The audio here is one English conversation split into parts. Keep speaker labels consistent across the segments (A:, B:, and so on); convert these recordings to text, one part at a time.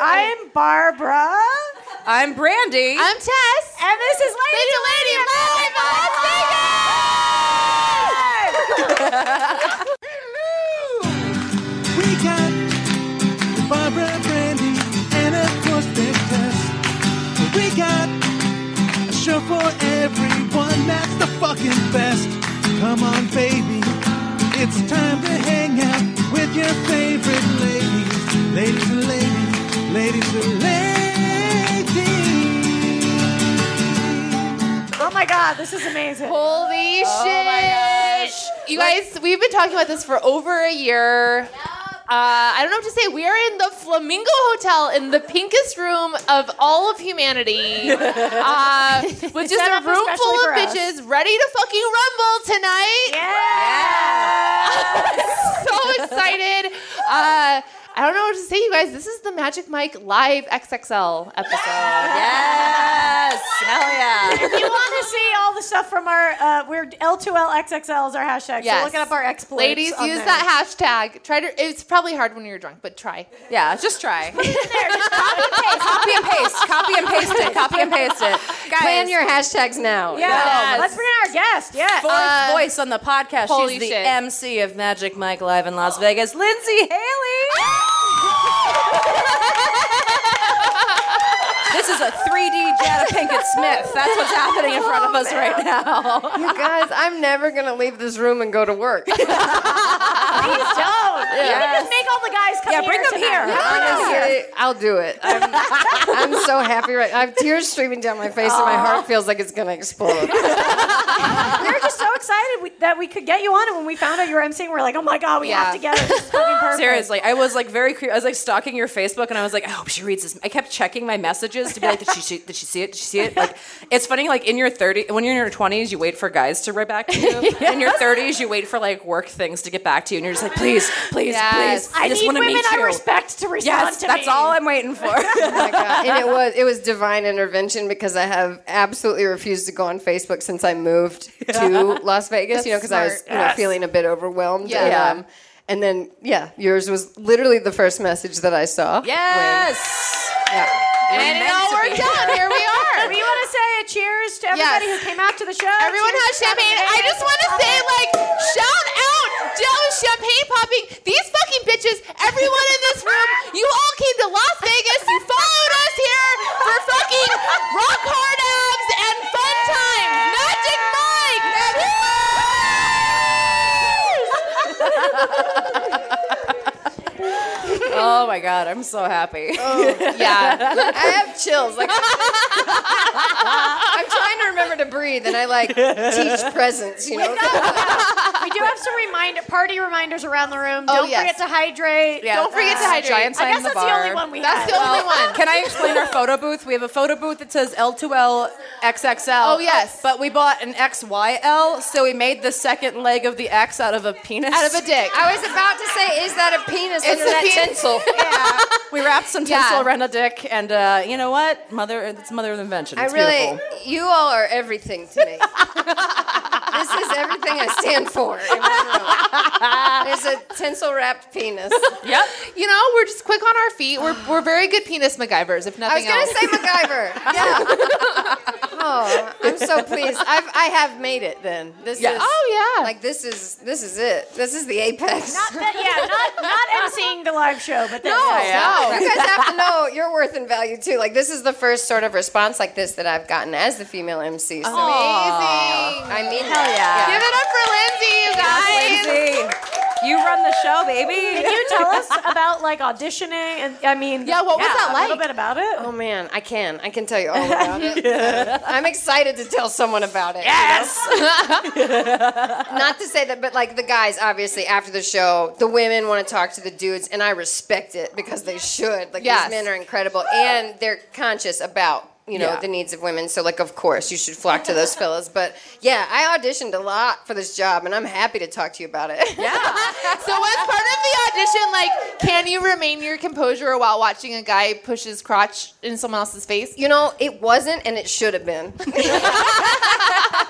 A: I'm Barbara.
B: I'm Brandy.
C: I'm Tess.
A: And this is Lady
C: It's a lady
A: Lady
C: live in Las Vegas.
D: We got Barbara Brandy and of course Big Tess. We got a show for everyone that's the fucking best. Come on, baby. It's time to hang out with your favorite ladies. Ladies and ladies, ladies and ladies.
A: Oh my God, this is amazing.
C: Holy
B: Oh
C: shit! You guys, we've been talking about this for over a year. Uh, I don't know what to say. We are in the Flamingo Hotel in the pinkest room of all of humanity, uh, with just
A: set
C: a
A: up
C: room
A: especially
C: full
A: for
C: of
A: us.
C: bitches ready to fucking rumble tonight.
A: Yeah.
C: so excited. Uh, I don't know what to say, you guys. This is the Magic Mike Live XXL episode.
B: Yes. Hell yeah.
A: If you want to see all the stuff from our, uh, we're L2LXXL is our hashtag.
C: Yes.
A: So look up our exploits.
C: Ladies,
A: on
C: use
A: there.
C: that hashtag. Try to. It's probably hard when you're drunk, but try.
B: Yeah, just try. copy and paste. Copy and paste it. Copy and paste it. Guys,
E: Plan your hashtags now.
A: Yeah.
B: Yes.
A: Let's bring in our guest. Yeah.
B: fourth
C: Uh,
B: voice on the podcast.
C: holy
B: She's the
C: shit.
B: MC of Magic Mike Live in Las Vegas, Lindsay Haley. this is a 3D Jada Pinkett Smith. That's what's happening in front of us right now.
E: You guys, I'm never gonna leave this room and go to work.
A: Please don't. You can
B: Yes.
A: just make all the guys come
B: Yeah,
A: here
B: bring them
A: tonight.
B: here.
E: Honestly, I'll do it. I'm, I'm so happy right now. I have tears streaming down my
B: Oh,
E: face, and my heart feels like it's gonna explode.
A: We were just so excited we, that we could get you on, and when we found out you were emceeing, we are like, oh my god, we
C: Yeah.
A: have to get it. This is fucking perfect.
B: Seriously, I was like very cre- I was like stalking your Facebook, and I was like, I hope she reads this. I kept checking my messages to be like, did she, she did she see it? Did she see it? Like, it's funny. Like in your thirty, when you're in your twenties, you wait for guys to write back to you. In your thirties, you wait for like work things to get back to you, and you're just like, please, please,
C: Yes.
B: please.
A: I
B: just
A: need
B: wanna
A: women
B: meet
A: I
B: you.
A: respect to respond
B: Yes,
A: to
B: that's
A: me.
B: all I'm waiting for.
E: my God. And it was it was divine intervention because I have absolutely refused to go on Facebook since I moved to Las Vegas. you know, because I was
A: smart.
E: you know,
A: Yes.
E: feeling a bit overwhelmed.
C: Yeah.
E: And, um, and then yeah, yours was literally the first message that I saw.
B: yes.
C: And it
B: meant
C: all
B: to be
C: worked out. Here we are.
A: We want to say a cheers to
C: Yes.
A: everybody who came out to the show.
C: Everyone
A: Cheers to
C: has champagne. I
A: everybody.
C: just want to say, like, shout out to champagne popping. These fucking bitches, everyone in this room, you all came to Las Vegas. You followed us here for fucking rock hard abs and fun time. Magic Mike.
B: Oh my god, I'm so happy.
C: Yeah.
E: I have chills. Like I'm trying to remember to breathe, and I like teach presence. You know,
A: we do have some reminder party reminders around the room.
C: Oh,
A: Don't
C: yes.
A: forget to hydrate.
B: Yeah,
C: Don't forget to
B: that's
C: hydrate.
B: a Giant sign
A: I guess
B: in
A: that's
B: bar.
A: the only one we
C: That's
A: had.
C: the only one.
B: Can I explain our photo booth? We have a photo booth that says L2L XXL.
C: Oh, yes.
B: But we bought an XYL, so we made the second leg of the X out of a penis.
C: Out of a dick.
E: I was about to say, is that a penis
C: It's
E: under
C: a
E: that
C: penis.
E: tinsel?
B: yeah. We wrapped some
C: Yeah.
B: tinsel around a dick, and uh, you know what? Mother, it's mother of invention.
E: I
B: It's
E: really,
B: beautiful.
E: you all are everything to me. this is everything I stand for. in my room. There's a tinsel wrapped penis.
B: Yep.
C: You know, we're just quick on our feet. We're, we're very good penis MacGyvers, if nothing
E: I was gonna
C: else.
E: say MacGyver. Yeah. Oh, I'm so pleased. I've I have made it. Then this
B: Yeah.
E: is
C: oh, yeah.
E: like this is this is it. This is the apex.
A: Not that, yeah, not not emceeing the live show, but no,
B: yeah.
E: you guys have to know your worth and value too. Like this is the first sort of response like this that I've gotten as the female MC. So
C: Amazing.
E: I mean,
B: Hell yeah.
C: Give it up for Lindsay, you guys.
B: Lindsay, you run the show, baby.
A: Can you tell us about like auditioning? And I mean,
C: Yeah, what was that
A: A little
C: like?
A: bit about it.
E: Oh man, I can. I can tell you all about it. I'm excited to tell someone about it.
A: yes.
E: Not to say that, but like the guys, obviously, after the show, the women want to talk to the dudes, and I respect it because they should. Like
C: Yes.
E: these men are incredible, and they're conscious about you know
B: Yeah.
E: the needs of women. So like, of course, you should flock to those fellas. But yeah, I auditioned a lot for this job, and I'm happy to talk to you about it. Yeah.
C: So as part of the audition, like, can you remain your composure while watching a guy push his crotch in someone else's face?
E: You know, it wasn't, and it should have been.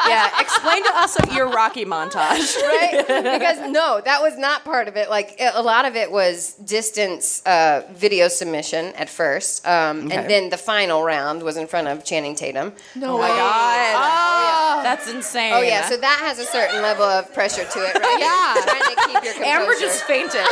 B: Yeah, explain to us your Rocky montage.
E: right? Because no, that was not part of it. Like a a lot of it was distance uh, video submission at first, um,
B: Okay.
E: and then the final round was in front of Channing Tatum.
B: Oh my god, that's insane.
E: Oh yeah, so that has a certain level of pressure to it, right?
C: Yeah.
E: You're trying to keep your composure.
B: Amber just fainted.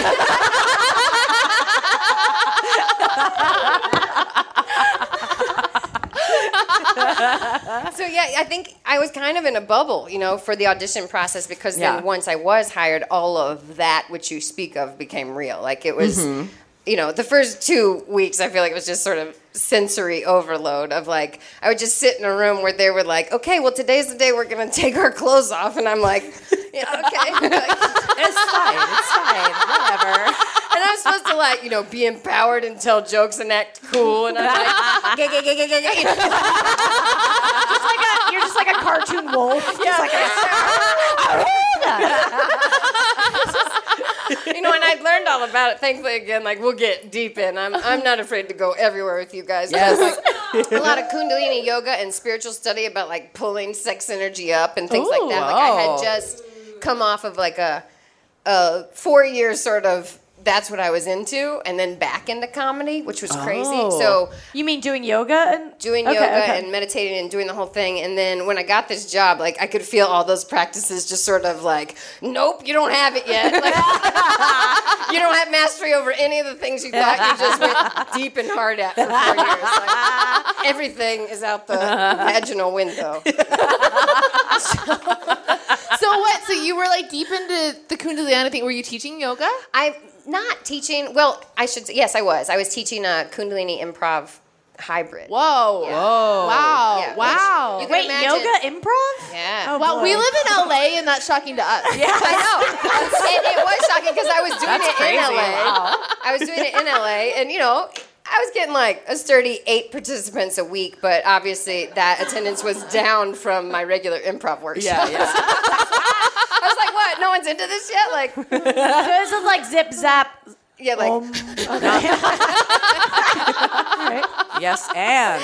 E: So yeah, I think I was kind of in a bubble, you know, for the audition process because
B: Yeah.
E: then once I was hired, all of that which you speak of became real. Like it was,
B: Mm-hmm.
E: you know, the first two weeks, I feel like it was just sort of sensory overload of like I would just sit in a room where they were like, okay, well today's the day we're gonna take our clothes off, and I'm like, yeah, okay.
B: it's fine. It's fine. Whatever.
E: And I'm supposed to like, you know, be empowered and tell jokes and act cool. And I'm like, "Gay, gay, gay, gay, gay, gay."
A: Just like a, you're just like a cartoon wolf. Just like
E: you know, and I learned all about it. Thankfully, again, like we'll get deep in. I'm I'm not afraid to go everywhere with you guys. Yes. a lot of Kundalini yoga and spiritual study about like pulling sex energy up and things like that. Like I
B: Ooh, oh.
E: had just come off of like a a four year sort of that's what I was into, and then back into comedy, which was crazy.
B: Oh.
E: So
A: you mean doing yoga and
E: doing
A: Okay,
E: yoga
A: okay.
E: and meditating and doing the whole thing. And then when I got this job, like I could feel all those practices just sort of like, nope, you don't have it yet. Like, you don't have mastery over any of the things you thought you just went deep and hard at for four years. Like, everything is out the vaginal window.
C: So what? So you were like deep into the Kundalini thing. Were you teaching yoga?
E: I'm not teaching. Well, I should. say- Yes, I was. I was teaching a Kundalini improv hybrid.
C: Whoa! Whoa! Wow!
E: Yeah.
C: Wow!
E: You can
A: wait
E: imagine-
A: yoga improv?
E: Yeah.
A: Oh,
C: Well, we
A: boy.
C: live in LA, and that's shocking to us.
E: Yeah, I know. and it was shocking because I was doing
B: That's
E: it
B: crazy.
E: in LA. I was doing it in LA, and you know, I was getting like a sturdy eight participants a week, but obviously that attendance was down from my regular improv
B: Yeah,
E: workshop.
B: yeah.
E: I was like, what? No one's into this yet? Like,
A: So this is like zip zap.
E: yeah,
B: Oh
E: like,
A: Um, okay.
B: yes, and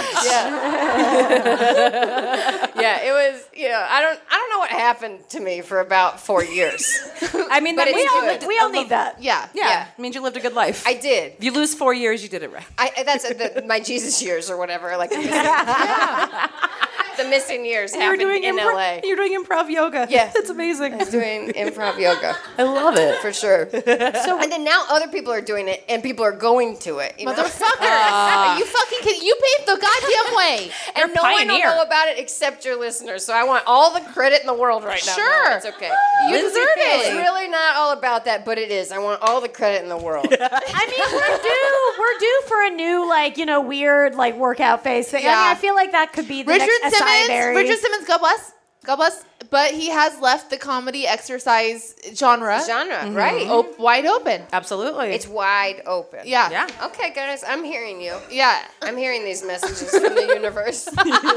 E: yeah, it was, you know, I don't, I don't know what happened to me for about four years.
B: I mean,
E: But
B: that
E: it's
A: we
B: means
A: all
B: you
E: good.
B: lived.
A: we all need that.
C: Yeah.
B: Yeah,
E: yeah.
B: it means you lived a good life.
E: I did.
B: if you lose four years, you did it right.
E: I, I- that's the, my Jesus years or whatever. Like, the missing, the missing years happened in
B: improv,
E: LA.
B: You're doing improv yoga.
E: Yeah.
B: that's amazing.
E: doing improv yoga
B: I love it.
E: for sure. So and then now other people are doing it, and people are going to it. You know?
C: Motherfucker! Are you fucking kidding? You paved the goddamn way.
E: and no one will
B: pioneer.
E: know about it except your listeners. So I want all the credit in the world right now.
C: Sure.
E: no, it's okay.
C: You
B: Lindsay
C: deserve
E: It's
C: it.
E: really not all about that, but it is. I want all the credit in the world.
A: I mean, we're due we're due for a new like you know weird like workout phase. thing. I
C: Yeah.
A: mean, I feel like that could be the
C: Richard
A: next
C: Simmons.
A: acai berry.
C: Richard Simmons. God bless. God bless. But he has left the comedy exercise genre, Mm-hmm.
E: Genre, right?
C: op- wide open.
B: Absolutely.
E: It's wide open.
C: Yeah.
B: yeah.
E: Okay, guys, I'm hearing you.
C: Yeah.
E: I'm hearing these messages from the universe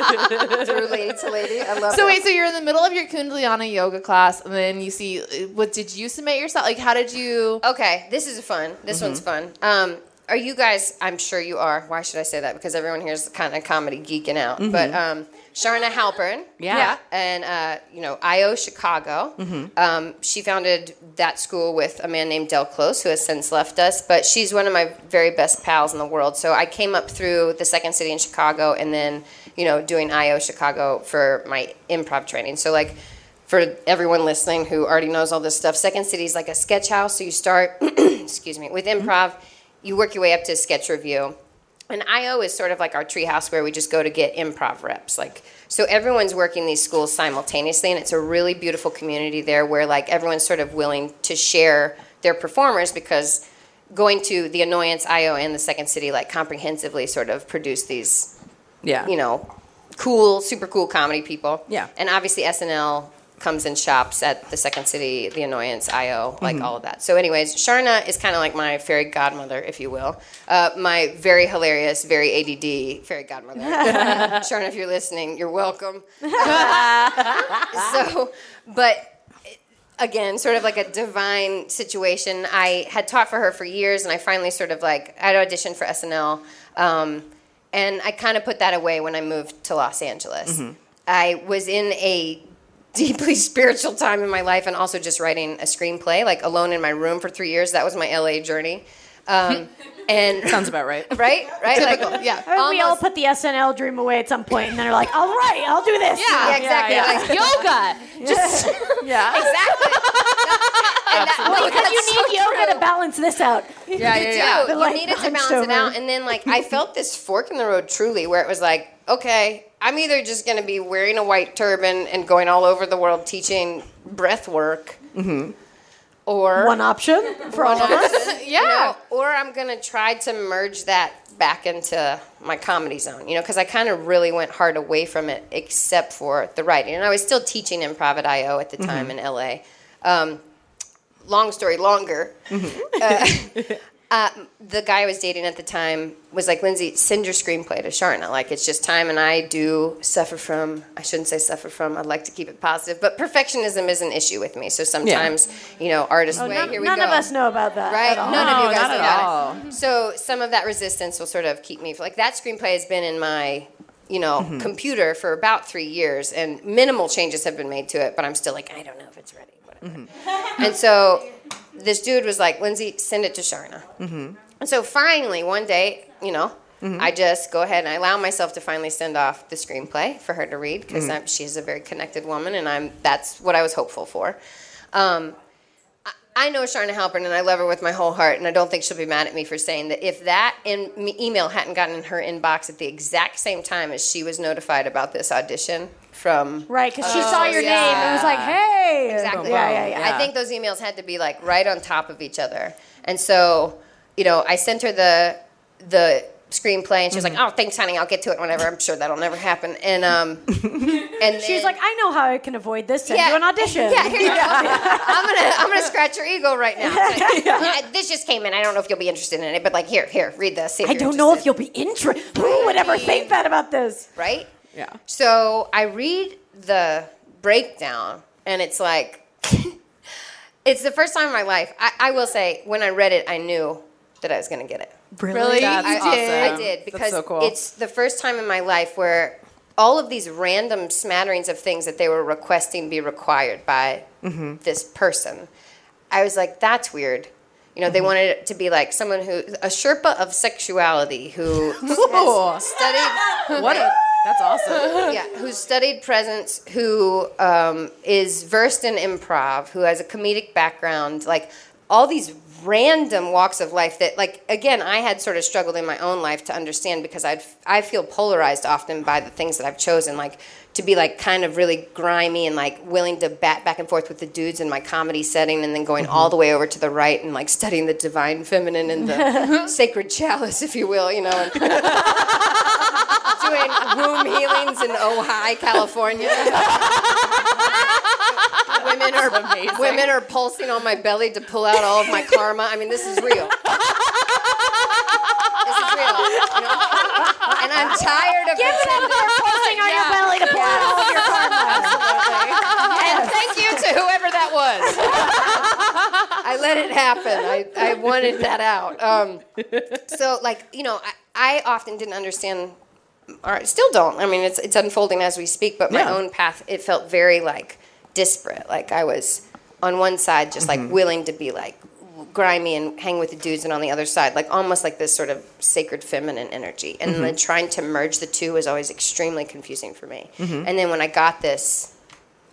E: through lady to lady. I love
C: So
E: it.
C: wait, so you're in the middle of your Kundalini yoga class, and then you see what did you submit yourself? Like, how did you?
E: Okay, this is fun. This one's fun. Um, are you guys? I'm sure you are. Why should I say that? Because everyone here is kind of comedy geeking out. But um, Sharna Halpern,
B: Yeah. Yeah.
E: and uh, you know IO Chicago. Um, she founded that school with a man named Del Close, who has since left us. But she's one of my very best pals in the world. So I came up through the Second City in Chicago, and then you know doing IO Chicago for my improv training. So like for everyone listening who already knows all this stuff, Second City is like a sketch house. So you start, excuse me, with improv, you work your way up to sketch review. And IO is sort of like our treehouse where we just go to get improv reps. Like, so everyone's working these schools simultaneously, and it's a really beautiful community there where like everyone's sort of willing to share their performers because going to the Annoyance IO and the Second City like comprehensively sort of produce these
B: yeah.
E: you know, cool, super cool comedy people.
B: Yeah.
E: And obviously SNL comes and shops at the Second City, The Annoyance, IO, like
B: Mm-hmm.
E: all of that. So, anyways, Sharna is kind of like my fairy godmother, if you will. Uh, my very hilarious, very ADD fairy godmother. Sharna, if you're listening, you're welcome. so, but again sort of like a divine situation i had taught for her for years and i finally sort of like i'd auditioned for snl um, and i kind of put that away when i moved to los angeles
B: Mm-hmm.
E: i was in a deeply spiritual time in my life and also just writing a screenplay like alone in my room for three years that was my la journey um, and
B: Sounds about right.
E: right right like
C: Oh,
E: yeah
A: I mean, we all
E: almost-
A: put the SNL dream away at some point, and then they're like, "All right, I'll do this."
E: yeah, exactly
B: yeah.
E: like-
C: Yoga.
B: Yeah.
E: exactly And that- no,
A: Because
E: that's
A: you
E: so
A: need yoga
E: true.
A: to balance this out.
B: Yeah,
E: you
B: yeah,
E: do.
B: yeah.
A: They're,
E: You
A: like,
E: needed to
A: hunched
E: balance
A: over.
E: it out. And then like I felt this fork in the road truly where it was like, okay, I'm either just gonna be wearing a white turban and going all over the world teaching breath work.
A: Mm-hmm.
E: Or
A: One option for all of us.
E: yeah. or I'm gonna try to merge that back into my comedy zone, you know, because I kind of really went hard away from it, except for the writing. And I was still teaching improv at IO at the
A: Mm-hmm.
E: time in LA. Um, long story longer.
A: Mm-hmm.
E: Uh, uh, the guy I was dating at the time was like, Lindsay, send your screenplay to Sharna. Like, it's just time, and I do suffer from, I shouldn't say suffer from, I'd like to keep it positive, but perfectionism is an issue with me. So sometimes, you know, artist way,
A: Oh, None,
E: here we
A: none
E: go
A: of us know about that.
E: right?
A: At all.
E: None of you
B: No,
E: guys
B: not
E: know
B: at
E: about it. So some of that resistance will sort of keep me like that screenplay has been in my you know computer for about three years, and minimal changes have been made to it, but I'm still like I don't know if it's ready. Whatever. and so this dude was like, Lindsay, send it to Sharna. And so finally, one day, you know. I just go ahead and I allow myself to finally send off the screenplay for her to read because she's a very connected woman, and I'm that's what I was hopeful for. Um, I know Sharna Halpern and I love her with my whole heart, and I don't think she'll be mad at me for saying that if that in, me- email hadn't gotten in her inbox at the exact same time as she was notified about this audition from.
A: Right, because she saw your
E: Oh, yeah.
A: name and was like, "Hey."
E: Exactly.
A: Yeah, yeah, yeah.
E: I think those emails had to be like right on top of each other. And so, you know, I sent her the the screenplay, and she was
A: Mm-hmm.
E: like, "Oh, thanks, honey. I'll get to it whenever." I'm sure that'll never happen. And um, and
A: She's
E: then-
A: like, "I know how I can avoid this. Send you an audition."
E: yeah, here you go. I'm gonna I'm gonna scratch your ego right now. It's like, "Yeah, this just came in. I don't know if you'll be interested in it, but like here, here, read this. see if
A: I
E: you're
A: don't know if
E: interested."
A: you'll be interested. Who would ever think that about this?
E: right.
B: Yeah.
E: So I read the breakdown, and it's like it's the first time in my life. I, I will say when I read it, I knew that I was gonna get it.
B: Really?
E: I,
B: That's awesome.
E: I did because
B: That's so cool.
E: it's the first time in my life where all of these random smatterings of things that they were requesting be required by
B: Mm-hmm.
E: this person. I was like, that's weird. You know, they
B: Mm-hmm.
E: wanted it to be like someone who a Sherpa of sexuality who has studied
B: what a, that's awesome.
E: yeah, who studied presence, who um, is versed in improv, who has a comedic background, like all these random walks of life that, like, again, I had sort of struggled in my own life to understand because I I feel polarized often by the things that I've chosen, like to be like kind of really grimy and like willing to bat back and forth with the dudes in my comedy setting and then going all the way over to the right and like studying the divine feminine and the sacred chalice if you will you know and doing womb healings in Ojai, California. women are women are pulsing on my belly to pull out all of my karma. I mean, this is real. this is real. you know? And I'm tired of
A: Give it up
E: pretending-
A: for posting on your belly to pour out all of your karma.
E: And thank you to whoever that was. I let it happen. I, I wanted that out. Um, so, like, you know, I, I often didn't understand, or I still don't. I mean, it's, it's unfolding as we speak, but my
B: Yeah.
E: own path, it felt very, like, disparate. Like, I was on one side just, like,
B: Mm-hmm.
E: willing to be, like, grimy and hang with the dudes and on the other side like almost like this sort of sacred feminine energy and
B: Mm-hmm.
E: then trying to merge the two was always extremely confusing for me and then when i got this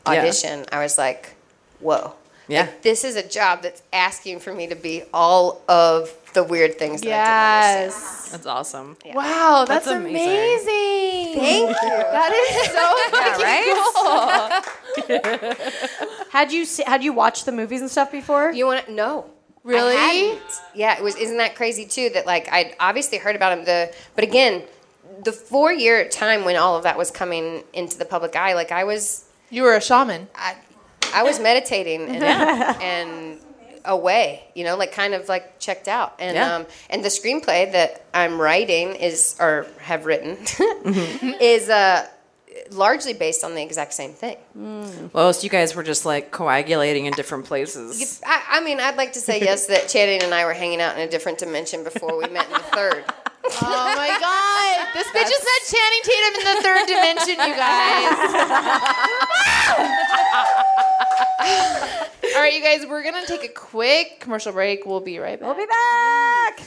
B: Mm-hmm. Yeah.
E: audition, I was like, whoa.
B: Yeah.
E: Like, this is a job that's asking for me to be all of the weird things that
C: Yes.
B: That's awesome.
C: Wow, that's,
B: That's
C: amazing.
E: I didn't understand. Thank you.
C: That is so
B: Yeah, right?
A: Had you se- had you watched the movies and stuff before?
E: You want to no. I
C: Really?
E: hadn't. Yeah, it was isn't that crazy too that like I'd obviously heard about him the but again, the 4 year time when all of that was coming into the public eye like I was
C: You were a shaman.
E: I, I was meditating and and away, you know, like kind of like checked out. And
B: Yeah.
E: um, and the screenplay that I'm writing is or have written is uh, largely based on the exact same thing.
B: Well, so you guys were just like coagulating in different places.
E: I, I mean, I'd like to say yes that Channing and I were hanging out in a different dimension before we met in the third.
C: Oh my god. This bitch is not Channing Tatum in the third dimension, you guys. All right, you guys, we're going to take a quick commercial break. We'll be right back.
A: We'll be back.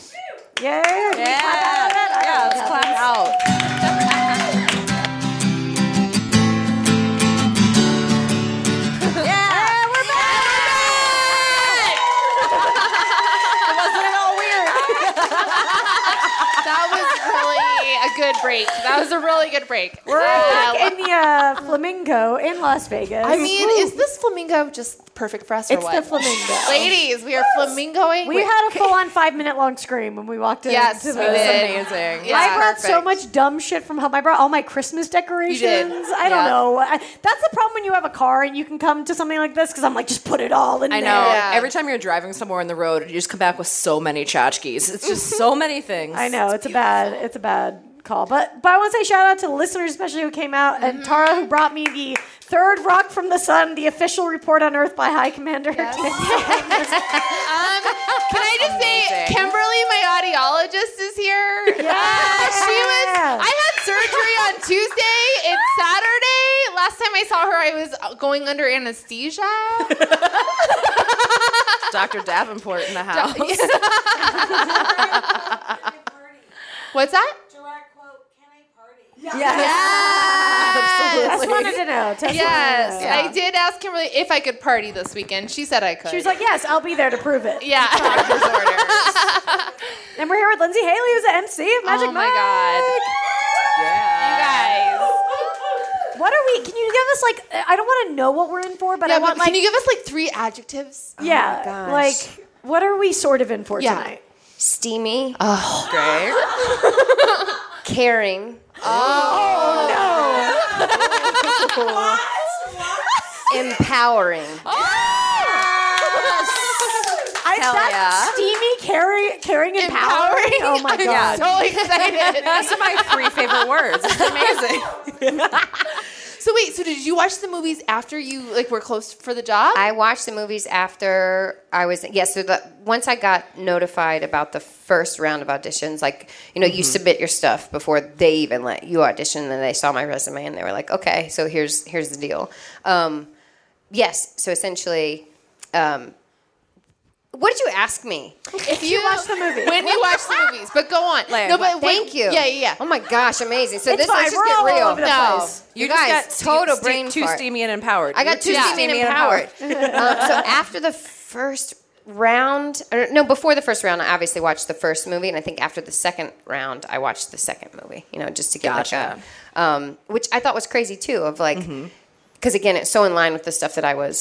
A: Yay.
B: yeah, let's clap out.
A: Yeah, we're back. Wasn't it all weird?
C: That was really a good break. That was a really good break.
A: We're
C: Uh,
A: back in the uh, flamingo in Las Vegas.
C: I mean, is this flamingo just perfect for us or
A: it's
C: what?
A: the flamingo.
C: Ladies, we are flamingoing.
A: We
C: Wait,
A: had a full-on five-minute-long scream when we walked in.
C: Yes,
A: to
C: we
A: the-
C: did.
B: amazing.
C: Yeah.
A: I brought so
E: perfect.
A: much dumb shit from home. I brought all my Christmas decorations.
C: did.
A: I don't
E: Yeah.
A: know. I, that's the problem when you have a car and you can come to something like this because I'm like, just put it all in
B: I know.
A: there.
E: Yeah.
B: Every time you're driving somewhere on the road, you just come back with so many tchotchkes. It's just so many things.
A: I know it's, a bad it's a bad call, but but I want to say shout out to the listeners, especially who came out
C: Mm-hmm.
A: and Tara who brought me the third rock from the sun, the official report on Earth by High Commander.
C: um, can I just say,
B: Amazing.
C: Kimberly, my audiologist, is here. Uh, she was. I had surgery on Tuesday. It's Saturday. Last time I saw her, I was going under anesthesia. Oh.
B: Dr. Davenport in the house.
C: What's that?
A: I just wanted to know. Tess
C: Yes,
A: wanted to know.
C: I did ask Kimberly if I could party this weekend. She said I could.
A: She was like, "Yes, I'll be there to prove it."
C: "Yeah."
A: And we're here with Lindsay Haley, who's the MC of Magic
C: Oh my God. Guys.
B: Yeah.
A: God. What are we? Can you give us like? I don't want to know what we're in for, but
C: Yeah,
A: I want
C: well,
A: like
C: can you give us like three adjectives?
A: yeah,
E: gosh.
A: like what are we sort of in for
C: Yeah.
A: tonight?
E: Steamy,
C: Oh.
B: Great.
E: caring, empowering.
C: Oh!
A: I, that's steamy, carry, caring, and powering. Oh my god!
C: I'm so excited.
B: These are my three favorite words. It's amazing.
C: so wait, so did you watch the movies after you like were close for the job?
E: I watched the movies after I was yes. so the, once I got notified about the first round of auditions, like you know, you submit your stuff before they even let you audition, and they saw my resume and they were like, okay, so here's here's the deal. Um, yes, so essentially, um, what did you ask me?
C: if you watch the movie, when you watch the movies, but go on.
B: Like,
C: no, but when-
E: Thank you.
C: Yeah, yeah,
E: Oh
C: yeah.
E: my gosh, amazing. So
A: It's
E: this
A: fine,
E: let's just
A: we're
E: get
A: all
E: real.
A: over the
C: No.
A: place.
B: You
E: guys,
B: just got
E: total
B: ste-
E: brain
B: too
E: fart.
B: steamy and empowered.
E: I got too
B: You're too
E: steamy and empowered. um, so after the first round, or no, before the first round, I obviously watched the first movie, and I think after the second round, I watched the second movie. You know, just to get
B: Gotcha.
E: like a, um, which I thought was crazy too. Of like, because
A: Mm-hmm.
E: again, it's so in line with the stuff that I was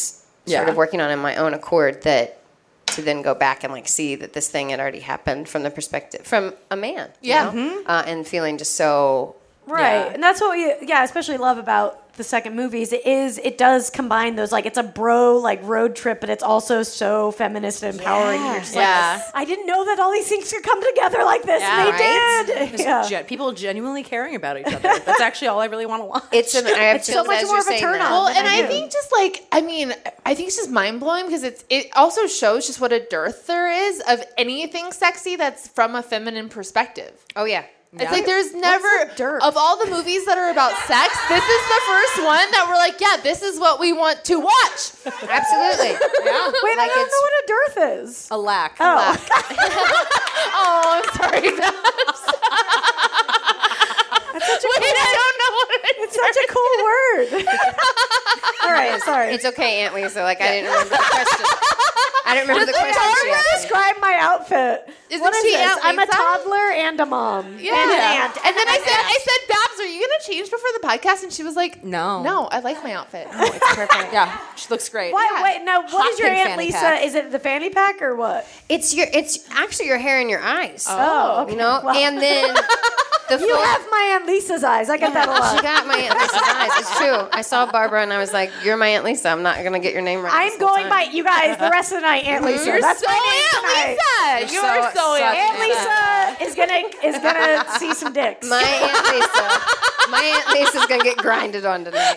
B: Yeah.
E: sort of working on in my own accord that to then go back and like see that this thing had already happened from the perspective from a man. you
C: Yeah.
E: know?
A: Mm-hmm.
E: uh, and feeling just so
A: Right.
B: Yeah.
A: And that's what we yeah, especially love about the second movies it is it does combine those like it's a bro like road trip but it's also so feminist and empowering. You're just like,
B: Yeah.
A: I didn't know that all these things could come together like this. and
B: Yeah,
A: they
E: right?
A: did.
B: Just
A: Yeah.
B: gen- people genuinely caring about each other. That's actually all I really want to watch.
E: it's an, I have
A: It's so
E: chills
A: much
E: as
A: more
E: you're
A: of a
E: saying
A: turn on.
E: that.
C: Well,
A: But
C: and
A: I
C: I
A: do.
C: think just like I mean, I think it's just mind blowing because it's it also shows just what a dearth there is of anything sexy that's from a feminine perspective.
E: Oh yeah.
C: It's like there's never
A: the derp?
C: of all the movies that are about sex, this is the first one that we're like, yeah, this is what we want to watch.
E: Absolutely. Yeah.
A: Wait, I
E: like
A: don't
E: it's-
A: know what a dearth is.
B: a lack.
A: Oh.
C: Oh, I'm sorry. Babs. Wait, I don't know what it
A: It's such a cool word. all right, sorry.
E: It's okay, Aunt Lisa. Like I didn't remember the question. I don't remember the
A: It's
E: question.
A: hard
E: she
A: to
E: asked me.
A: describe my outfit.
C: Isn't
A: what is
C: she
A: this?
C: Aunt
A: I'm a
C: Lisa?
A: toddler and a mom.
C: Yeah.
A: And an aunt.
C: And then I said, I said, Babs, are you gonna change before the podcast? And she was like,
B: No.
C: no, I like my outfit.
B: It's perfect. Yeah, she looks great.
A: Why,
C: Yeah.
A: Wait, now, what
B: Hot
A: is your
B: pink
A: Aunt
B: fanny
A: Lisa?
B: pack.
A: Is it the fanny pack or what?
E: It's your. It's actually your hair and your eyes.
A: Oh, okay.
E: You know,
A: Well,
E: and then. the
A: You
E: full-
A: have my Aunt Lisa's eyes. I get that a
E: She
A: lot.
E: got my Aunt Lisa's eyes. It's true. I saw Barbara and I was like, "You're my Aunt Lisa. I'm not gonna get your name right." this
A: I'm
E: whole
A: going by
E: time."
A: you guys the rest of the night, Aunt Lisa.
C: You're
A: That's
C: so
A: my
C: Aunt
A: name
C: Lisa. You
E: so-
C: are so
E: so-
C: Aunt
A: Aunt Lisa is gonna is gonna see some dicks.
E: My Aunt Lisa. My Aunt Lisa's gonna get grinded on tonight.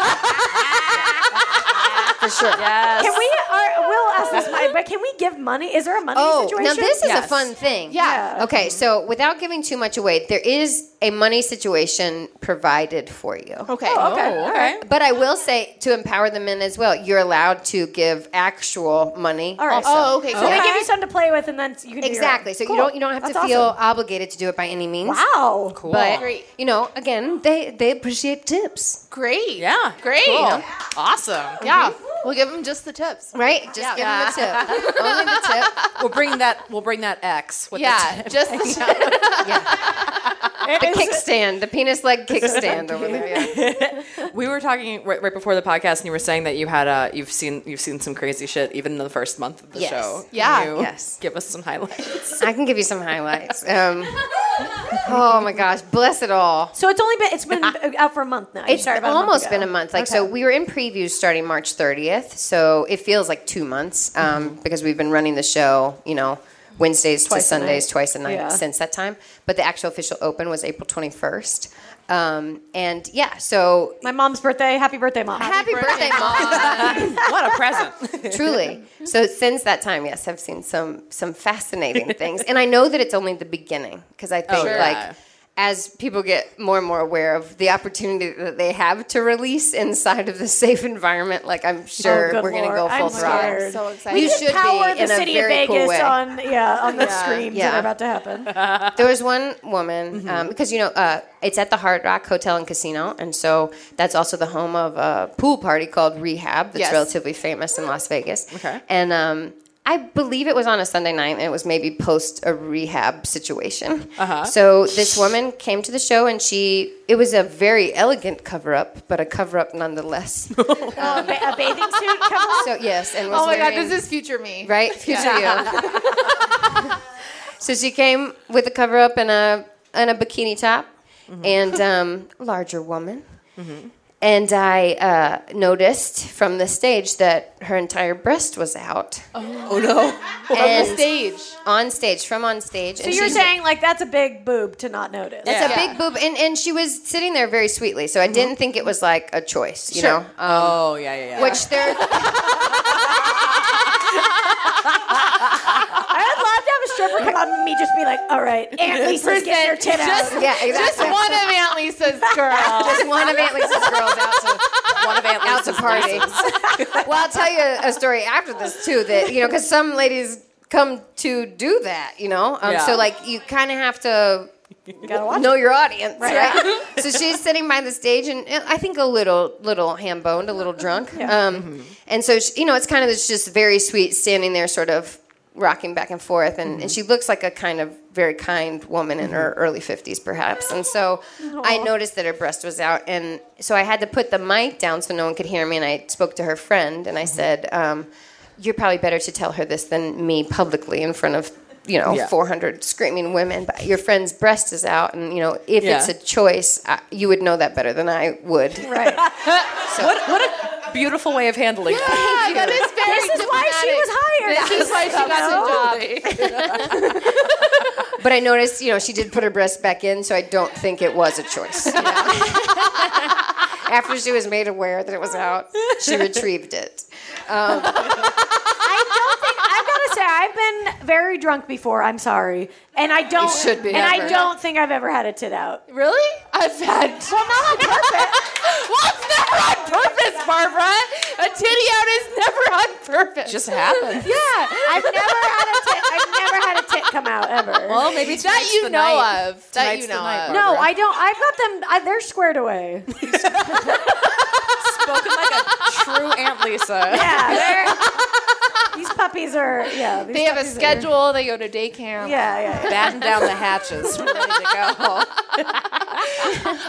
E: For sure.
A: Can we? Are, we'll ask this, Mike, but can we give money? Is there a money
E: Oh,
A: situation?
E: now this is
B: Yes.
E: a fun thing.
A: Yeah.
E: Okay, so without giving too much away, there is a money situation provided for you.
C: Okay.
B: Oh, okay.
E: But I will say to empower the men as well, you're allowed to give actual money.
A: All right.
E: also.
C: Oh, okay. So
A: So they
C: okay.
A: give you something to play with, and then you can do your
E: Exactly.
A: own.
E: So
A: Cool.
E: you don't you don't have to
A: That's
E: feel
A: awesome.
E: obligated to do it by any means.
A: Wow.
B: Cool.
E: But
C: Great.
E: you know, again, they they appreciate tips,
C: Great.
B: yeah.
C: Great.
B: Cool. Awesome.
C: Yeah. We'll give them just the tips.
E: right? Just give them the tip. Only the tip.
B: We'll bring that. We'll bring that X. With
C: yeah.
B: The tip.
C: Just the tips.
E: The kickstand, the penis leg kickstand over there. Yeah.
B: we were talking right, right before the podcast, and you were saying that you had uh, you've seen you've seen some crazy shit even in the first month of the
E: Yes.
B: show. Can
C: Yeah.
B: you
E: Yes.
B: Give us some highlights.
E: I can give you some highlights. Um, oh my gosh, bless it all.
A: So it's only been it's been out for a month now. You
E: It's
A: started about a month
E: almost
A: ago.
E: been a month. Like so,
A: Okay.
E: we were in previews starting March 30th, so it feels like two months um, because we've been running the show, you know, Wednesdays
A: Mm-hmm. Twice
E: to
A: a
E: Sundays,
A: night.
E: twice a night
A: Yeah.
E: since that time. But the actual official open was April 21st, um, and yeah, so
A: My mom's birthday. Happy birthday, mom.
E: happy, birthday,
B: what a present.
E: mom! Truly. So since that time, yes, I've seen some some fascinating things, and I know that it's only the beginning because I think
B: Oh, yeah.
E: like. As people get more and more aware of the opportunity that they have to release inside of the safe environment, like I'm sure
A: Oh, good
E: we're going to
A: Lord.
E: go
A: I'm
E: full throttle.
A: scared.
C: so excited.
E: We
C: You
E: should be
A: Power the
E: in a
A: city of
E: very
A: Vegas
E: cool way.
A: on yeah on the screams that
E: Yeah.
A: are about to happen.
E: There was one woman
C: Mm-hmm.
E: um, because you know uh, it's at the Hard Rock Hotel and Casino, and so that's also the home of a pool party called Rehab that's
C: Yes.
E: relatively famous in Las Vegas.
B: Okay.
E: and um, I believe it was on a Sunday night, and it was maybe post a rehab situation. Uh-huh. So this woman came to the show, and she it was a very elegant cover up, but a cover up nonetheless.
A: Oh, a, ba- a bathing suit. Come on.
E: so yes, and was
C: Oh my God.
E: wearing-
C: This is future me.
E: right? Future you. so she came with a cover up and a and a bikini top and um, larger woman. And I uh, noticed from the stage that her entire breast was out
B: oh no.
E: and
C: Stage.
E: on stage, from on stage.
A: So you're saying like that's a big boob to not notice.
E: it's
B: Yeah.
E: a big boob, and, and she was sitting there very sweetly. So I didn't think it was like a choice, you know. Um,
B: Oh yeah yeah yeah.
E: Which there,
A: I would love to have a stripper come up to me just be like, all right, Aunt Lisa's getting her tit out.
C: Just,
E: yeah, exactly.
C: just one of Aunt Lisa's girls.
E: just one of Aunt Lisa's girls out to
B: one of Aunt
E: out to
B: Lisa's
E: party. well, I'll tell you a- a story after this too. That you know, because some ladies come to do that. You know, um,
B: Yeah.
E: so like you kind of have to
A: Gotta watch
E: know your audience, right?
A: Right.
E: so she's sitting by the stage, and uh, I think a little, little ham boned, a little drunk. Um, And so she, you know, it's kind of this just very sweet, standing there, sort of rocking back and forth, and,
A: Mm-hmm.
E: and she looks like a kind of very kind woman in her early fifties, perhaps. And so I noticed that her breast was out, and so I had to put the mic down so no one could hear me. And I spoke to her friend, and I
A: Mm-hmm.
E: said. Um, you're probably better to tell her this than me publicly in front of you know
B: Yeah.
E: 400 screaming women but your friend's breast is out and you know if
B: Yeah.
E: it's a choice I, you would know that better than i would
A: Right.
B: what what a beautiful way of handling. it.
C: Yeah, that is very
A: This is why she was hired.
C: diplomatic. This is why she got the job.
E: but i noticed you know she did put her breast back in so i don't think it was a choice you know? after she was made aware that it was out she retrieved it
A: I don't think I've got to say I've been very drunk before. I'm sorry, and I don't.
E: You should be.
A: And I
E: Never.
A: don't think I've ever had a tit out.
C: Really? I've had. Well, not on purpose. well, it's never on purpose, Barbara. A titty out is never on purpose.
B: Just happened.
C: yeah.
A: I've never had a tit. I've never had a tit come out ever.
B: Well, maybe
C: That
B: tonight's
C: you
B: the
C: know
B: night.
C: of. That
B: Tonight's
C: you
B: the
C: know
B: night,
C: of.
B: Barbara.
A: no, I don't. I've got them. I, they're squared away.
B: Spoken like a true Aunt Lisa.
A: Yeah, they're, these puppies are. Yeah, these
C: They have a
A: puppies are-
C: schedule. They go to day camp.
A: yeah, yeah, yeah.
B: Batten down the hatches. We're ready to go.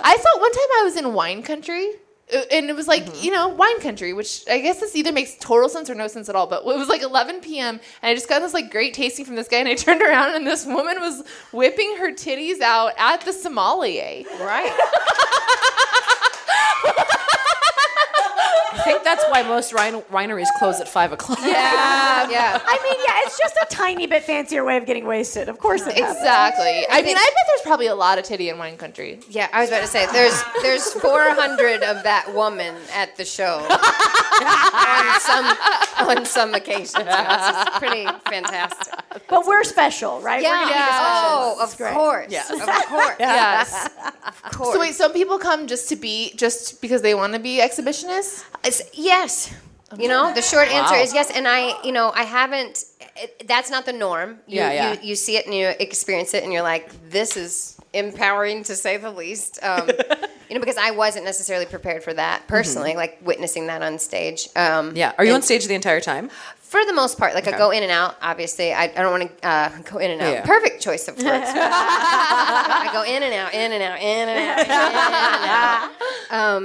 C: I saw one time I was in wine country uh, and it was like you know wine country which i guess this either makes total sense or no sense at all but it was like 11 p.m and i just got this like great tasting from this guy and i turned around and this woman was whipping her titties out at the sommelier
B: Right. I think that's why most wine- wineries close at five o'clock.
C: yeah
E: Yeah.
A: I mean, yeah, it's just a tiny bit fancier way of getting wasted. Of course it happens.
C: exactly i mean i bet there's probably a lot of titty in wine country
E: Yeah, I was about to say there's there's 400 of that woman at the show on some on some occasions. Yeah, it's just pretty fantastic.
A: But we're special, right? We're gonna be
C: Yeah.
E: Oh,
A: the specials.
E: of
A: It's great.
E: course. Of course.
C: yes
E: Of course.
C: so wait some people come just to be just because they want to be exhibitionists
E: It's, yes. You know, the short answer
B: Wow.
E: is yes. And I, you know, I haven't. It, that's not the norm. You,
B: Yeah, yeah.
E: You, you see it and you experience it, and you're like, this is empowering to say the least. Um, you know, because I wasn't necessarily prepared for that personally, like witnessing that on stage. Um,
B: Yeah. Are you
E: and-
B: on stage the entire time?
E: For the most part, like I go in and out. Obviously, I, I don't want to uh, go in and out.
B: Yeah.
E: Perfect choice of words. I go in and out, in and out, in and out, in and out. Um,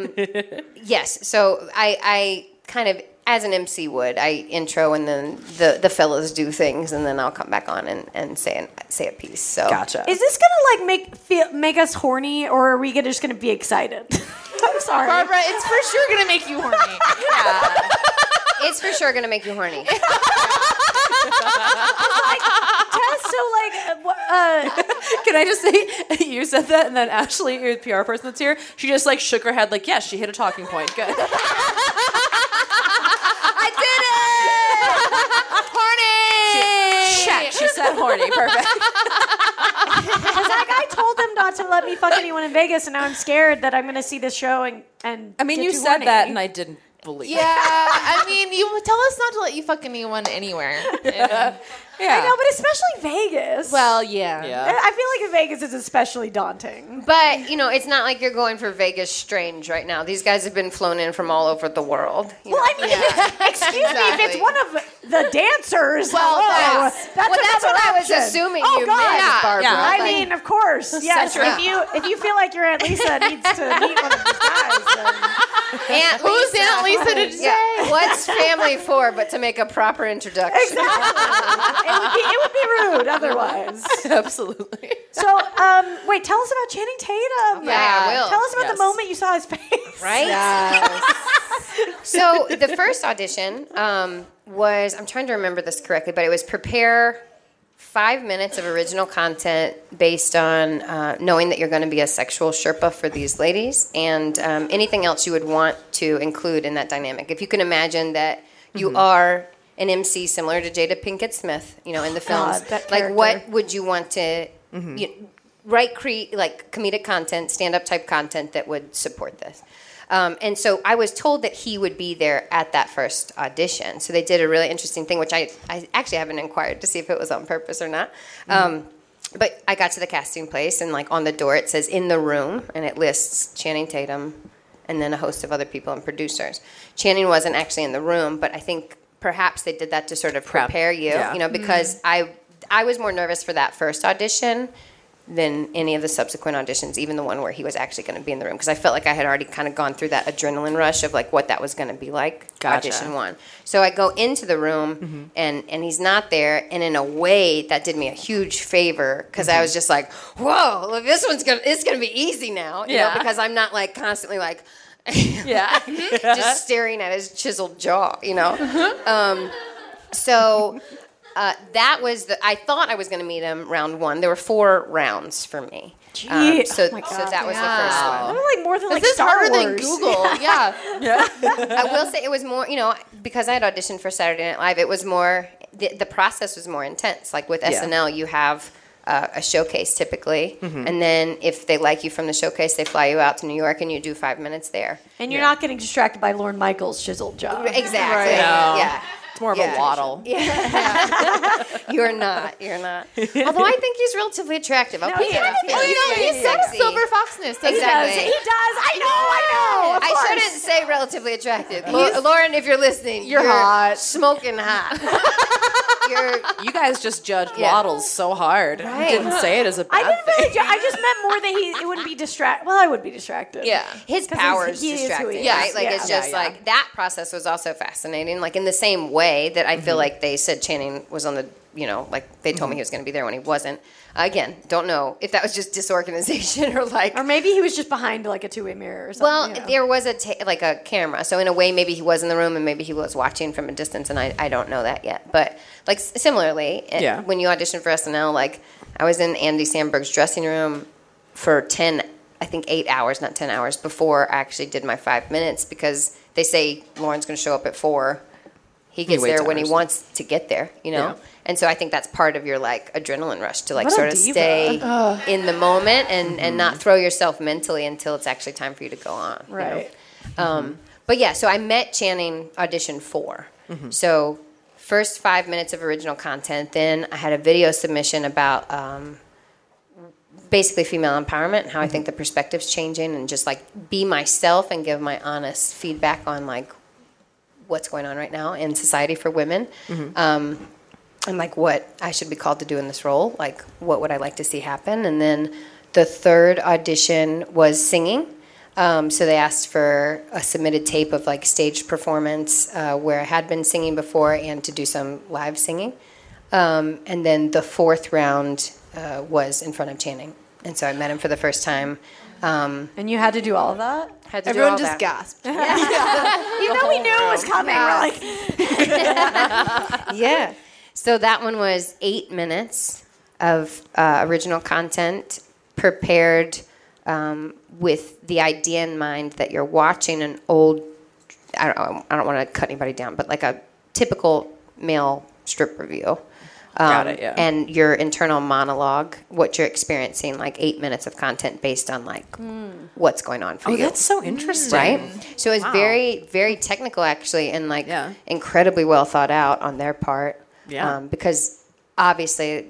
E: yes, so I, I kind of as an MC would, I intro and then the the fellas do things, and then I'll come back on and, and say an, say a piece. So
B: Gotcha.
A: Is this gonna like make feel, make us horny, or are we gonna, just gonna be excited? I'm sorry.
C: barbara it's for sure gonna make you horny
E: it's for sure gonna make you horny.
A: Tess, so like, uh, wha- uh,
B: Can I just say, you said that, and then Ashley, your PR person that's here, she just like shook her head, like, yes, she hit a talking point. Good.
E: I did it.
C: horny
B: Check. She said horny. Perfect.
A: it's like I told them not to let me fuck anyone in Vegas, and now I'm scared that I'm gonna see this show and and.
B: I mean,
A: get
B: you
A: too
B: said
A: horny.
B: that, and I didn't believe
C: Yeah, I mean, you tell us not to let you fuck anyone anywhere. Yeah.
B: it. Yeah.
A: I know, but especially Vegas.
C: Well, yeah.
A: I
B: yeah.
A: I feel like in Vegas it's especially daunting.
E: But you know, it's not like you're going for Vegas strange right now. These guys have been flown in from all over the world. you
A: Well,
E: know?
A: I mean, excuse me, if it's
E: Exactly.
A: one of the dancers,
E: Well,
A: hello,
E: that's- well, that's
A: another
E: what I was
A: option.
E: assuming
A: Oh,
E: you
A: God.
E: meant, Barbara.
B: yeah.
A: I
E: Like-
A: mean, of course, yes.
E: Cetera.
A: If you if you feel like your Aunt Lisa needs to meet one of these guys, then
E: Aunt
C: Who's
E: Lisa.
C: Aunt Lisa today?
E: Yeah. What's family for but to make a proper introduction?
A: exactly. it would be it would be rude otherwise.
B: Absolutely.
A: So, um, wait, tell us about Channing Tatum. Uh,
E: Yeah, I will.
A: Tell us about
B: Yes.
A: the moment you saw his face.
E: Right? so the first audition um, was, I'm trying to remember this correctly, but it was prepare five minutes of original content based on uh, knowing that you're going to be a sexual Sherpa for these ladies and um, anything else you would want to include in that dynamic. If you can imagine that you
A: Mm-hmm.
E: are an MC similar to Jada Pinkett Smith, you know, in the films,
A: God, that
E: like what
A: character.
E: would you want to you, write create like comedic content stand-up type content that would support this um, and so i was told that he would be there at that first audition so they did a really interesting thing which i, I actually haven't inquired to see if it was on purpose or not um, but i got to the casting place and like on the door it says in the room and it lists channing tatum and then a host of other people and producers channing wasn't actually in the room but i think perhaps they did that to sort of
B: Prep.
E: prepare you
B: Yeah.
E: you know because
B: Mm-hmm.
E: I I was more nervous for that first audition than any of the subsequent auditions, even the one where he was actually going to be in the room, because I felt like I had already kind of gone through that adrenaline rush of like what that was going to be like
B: Gotcha. Mm-hmm.
E: audition one. So I go into the room and and he's not there, and in a way that did me a huge favor because
B: Mm-hmm.
E: I was just like, whoa, well, this one's gonna it's gonna be easy now, you
B: Yeah.
E: know, because I'm not like constantly like
B: Yeah.
E: just staring at his chiseled jaw, you know. Um, so uh, that was the. I thought I was going to meet him round one. There were four rounds for me. Um,
A: Gee.
E: so,
A: Oh my
E: so
A: God.
E: that was
C: Wow.
E: the first
A: I'm
E: one.
A: like more than
C: This
A: like
C: is
A: Star
C: harder than
A: Wars. Oh,
C: Google. Yeah.
E: I will say it was more, you know, because I had auditioned for Saturday Night Live. It was more. The, the process was more intense. Like with SNL, you have. Uh, a showcase typically,
A: Mm-hmm.
E: and then if they like you from the showcase, they fly you out to New York and you do five minutes there.
A: And you're not getting distracted by Lorne Michaels' chiseled jaw.
E: Exactly.
B: No.
E: Yeah.
B: It's more of
E: Yeah.
B: a waddle.
E: You're not. You're not. Although I think he's relatively attractive. I'll
A: No,
E: put
A: he
E: that
A: is.
E: up
A: Well,
E: there.
A: you know,
C: He's
E: very
C: got
E: sexy.
C: silver foxness. doesn't he?
A: Does- He
E: Exactly.
A: does. I know. I know. Oh, Of
E: I
A: course.
E: shouldn't say relatively attractive. Lo- Lauren, if you're listening,
A: You're hot.
E: smoking hot. you're
B: You guys just judged
E: Yeah.
B: Waddles so hard. I
E: Right.
B: didn't say it as a
A: I
B: bad
A: didn't
B: thing.
A: really. ju- I just meant more that he it wouldn't be distract. Well, I would be distracted.
C: Yeah.
E: his
A: 'Cause
E: power
A: he's-
E: is
A: he is who he
E: distracting,
A: is.
E: right? Like
A: Yeah.
E: it's just
B: Yeah, yeah.
E: like that process was also fascinating. Like in the same way that I feel like they said Channing was on the, you know, like they told me he was going to be there when he wasn't. Again, don't know if that was just disorganization or like.
A: Or maybe he was just behind like a two way mirror or something.
E: well,
A: you know.
E: there was a ta- like a camera, so in a way, maybe he was in the room and maybe he was watching from a distance, and I, I don't know that yet. But like s- similarly, eh,
B: Yeah.
E: when you audition for SNL, like I was in Andy Sandberg's dressing room for 10 i think eight hours not 10 hours before i actually did my five minutes because they say lauren's going to show up at four he gets
B: waits
E: there when he
B: hours.
E: wants to get there you know
B: Yeah.
E: and so i think that's part of your like adrenaline rush to like
A: What a
E: sort of
A: diva.
E: stay in the moment and and not throw yourself mentally until it's actually time for you to go on you know?
A: Right.
E: Um, but yeah, so I met Channing audition 4 So first five minutes of original content. Then I had a video submission about um, basically female empowerment and how I think the perspective's changing, and just like be myself and give my honest feedback on like what's going on right now in society for women. Um, and like what I should be called to do in this role, like what would I like to see happen? And then the third audition was singing. Um, so they asked for a submitted tape of like stage performance uh, where I had been singing before and to do some live singing. Um, and then the fourth round uh, was in front of Channing. And so I met him for the first time. Um,
A: And you had to do all of that.
E: had to do
C: Everyone
E: all
C: just
E: that.
C: gasped.
A: You know, we knew it was coming. We're like,
E: yeah. So that one was eight minutes of uh, original content prepared um, with the idea in mind that you're watching an old. I don't. um, I don't want to cut anybody down, but like a typical male strip review. Um,
B: Got it, yeah.
E: And your internal monologue, what you're experiencing, like eight minutes of content based on like what's going on for
B: Hmm. Oh,
E: you.
B: that's so interesting.
E: Right? So it's very, very technical actually, and like
B: Yeah.
E: incredibly well thought out on their part. Um,
B: Yeah.
E: because obviously,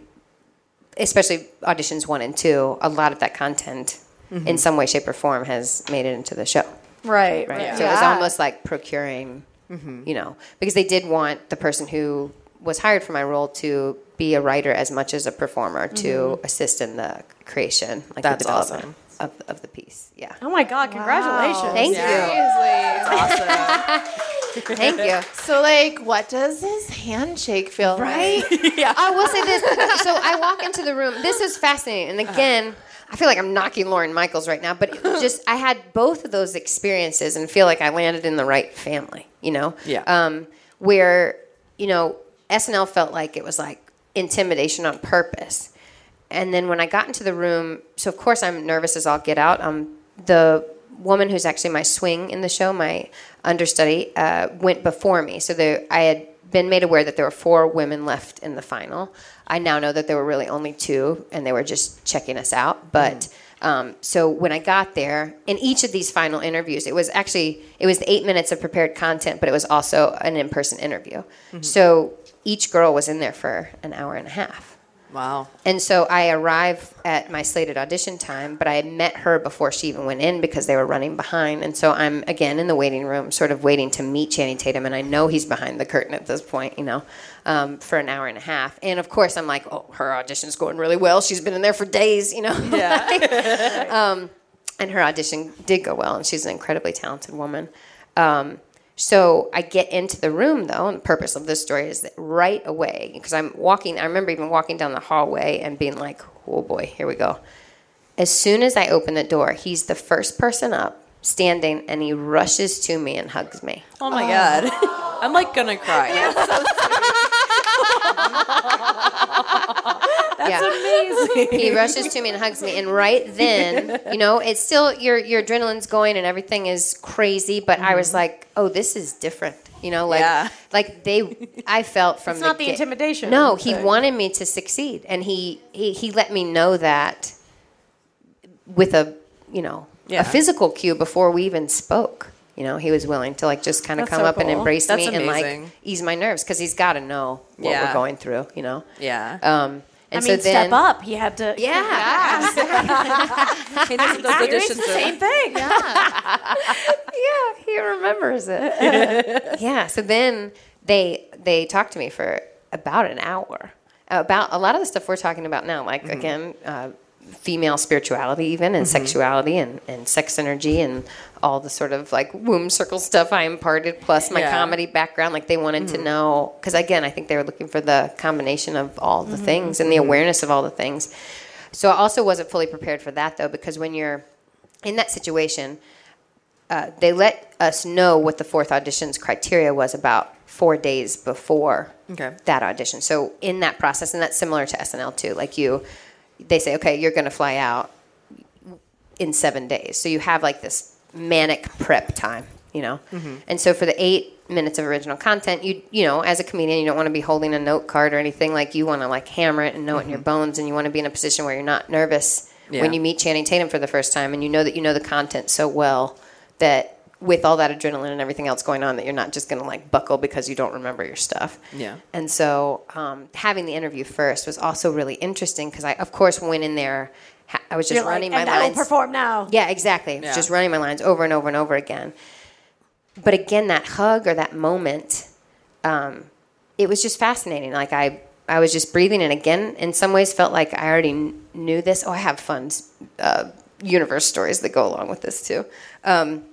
E: especially auditions one and two, a lot of that content
B: Mm-hmm.
E: in some way, shape, or form has made it into the show.
A: right, right.
E: Right.
A: Yeah.
E: So it was
C: Yeah.
E: almost like procuring,
B: Mm-hmm.
E: you know, because they did want the person who was hired for my role to be a writer as much as a performer to assist in the creation, like
B: Mm-hmm. That's
E: the development
B: awesome.
E: of, of the piece. Yeah.
A: Oh my God! Congratulations.
E: Thank you.
C: Seriously.
E: Thank you.
C: So, like, what does his handshake feel right? like?
E: I will say this. So I walk into the room. This is fascinating. And again, I feel like I'm knocking Lauren Michaels right now, but it just I had both of those experiences and feel like I landed in the right family, you know?
B: Yeah.
E: Um, where, you know, SNL felt like it was like intimidation on purpose. And then when I got into the room, so of course I'm nervous as all get out. Um, the woman who's actually my swing in the show, my understudy, uh, went before me. So there, I had been made aware that there were four women left in the final. I now know that there were really only two, and they were just checking us out. But um, so when I got there, in each of these final interviews, it was actually it was eight minutes of prepared content, but it was also an in-person interview. So each girl was in there for an hour and a half.
B: Wow.
E: And so I arrive at my slated audition time, but I had met her before she even went in because they were running behind. And so I'm again in the waiting room, sort of waiting to meet Channing Tatum, and I know he's behind the curtain at this point, you know, um, for an hour and a half. And of course, I'm like, oh, her audition's going really well. She's been in there for days, you know. and her audition did go well, and she's an incredibly talented woman. Um, so I get into the room though, and the purpose of this story is that right away, because I'm walking, I remember even walking down the hallway and being like, oh boy, here we go. As soon as I open the door, he's the first person up, standing, and he rushes to me and hugs me.
B: Oh my god. I'm like gonna cry.
E: yeah.
B: Amazing.
E: he rushes to me and hugs me and right then you know it's still your your adrenaline's going and everything is crazy but i
A: Mm-hmm.
E: was like oh this is different you know like
B: Yeah.
E: like they i felt from
A: It's not the
E: get-
A: intimidation
E: no he
A: thing.
E: wanted me to succeed and he he, he let me know that with a you know
B: Yeah.
E: a physical cue before we even spoke you know he was willing to like just kind of
A: That's
E: come
A: so
E: up and
A: cool.
E: embrace
B: That's
E: me and like
B: amazing.
E: ease my nerves because he's got to know what we're
B: Yeah.
E: going through you know
B: Yeah.
E: um
A: I
E: and
A: mean,
E: so then
A: step up. He had to.
E: yeah.
B: He knows what those
A: You're doing
B: auditions
A: the
B: are.
A: same thing.
E: yeah, he remembers it. yeah. So then they they talked to me for about an hour about a lot of the stuff we're talking about now, like again, uh, female spirituality, even and sexuality and, and sex energy and all the sort of like womb circle stuff I imparted, plus my
B: Yeah.
E: comedy background. Like they wanted to know, because again, I think they were looking for the combination of all the things and the awareness of all the things. So I also wasn't fully prepared for that though, because when you're in that situation, uh, they let us know what the fourth audition's criteria was about four days before
B: Okay.
E: that audition. So in that process, and that's similar to SNL too. Like you, they say, okay, you're going to fly out in seven days. So you have like this manic prep time, you know.
A: Mm-hmm.
E: And so for the eight minutes of original content, you you know, as a comedian, you don't want to be holding a note card or anything. Like you want to like hammer it and know it in
A: Mm-hmm.
E: your bones, and you want to be in a position where you're not nervous
B: Yeah.
E: when you meet Channing Tatum for the first time, and you know that you know the content so well that with all that adrenaline and everything else going on, that you're not just going to like buckle because you don't remember your stuff.
B: Yeah.
E: And so um, having the interview first was also really interesting because I, of course, went in there. ha- I was just
A: You're like,
E: running
A: and
E: my
A: I will
E: lines.
A: perform now.
E: Yeah, exactly. It's
B: Yeah.
E: Just running my lines over and over and over again. But again, that hug or that moment, um, it was just fascinating. Like I, I was just breathing, and again, in some ways, felt like I already kn- knew this. Oh, I have fun uh, universe stories that go along with this too. Um,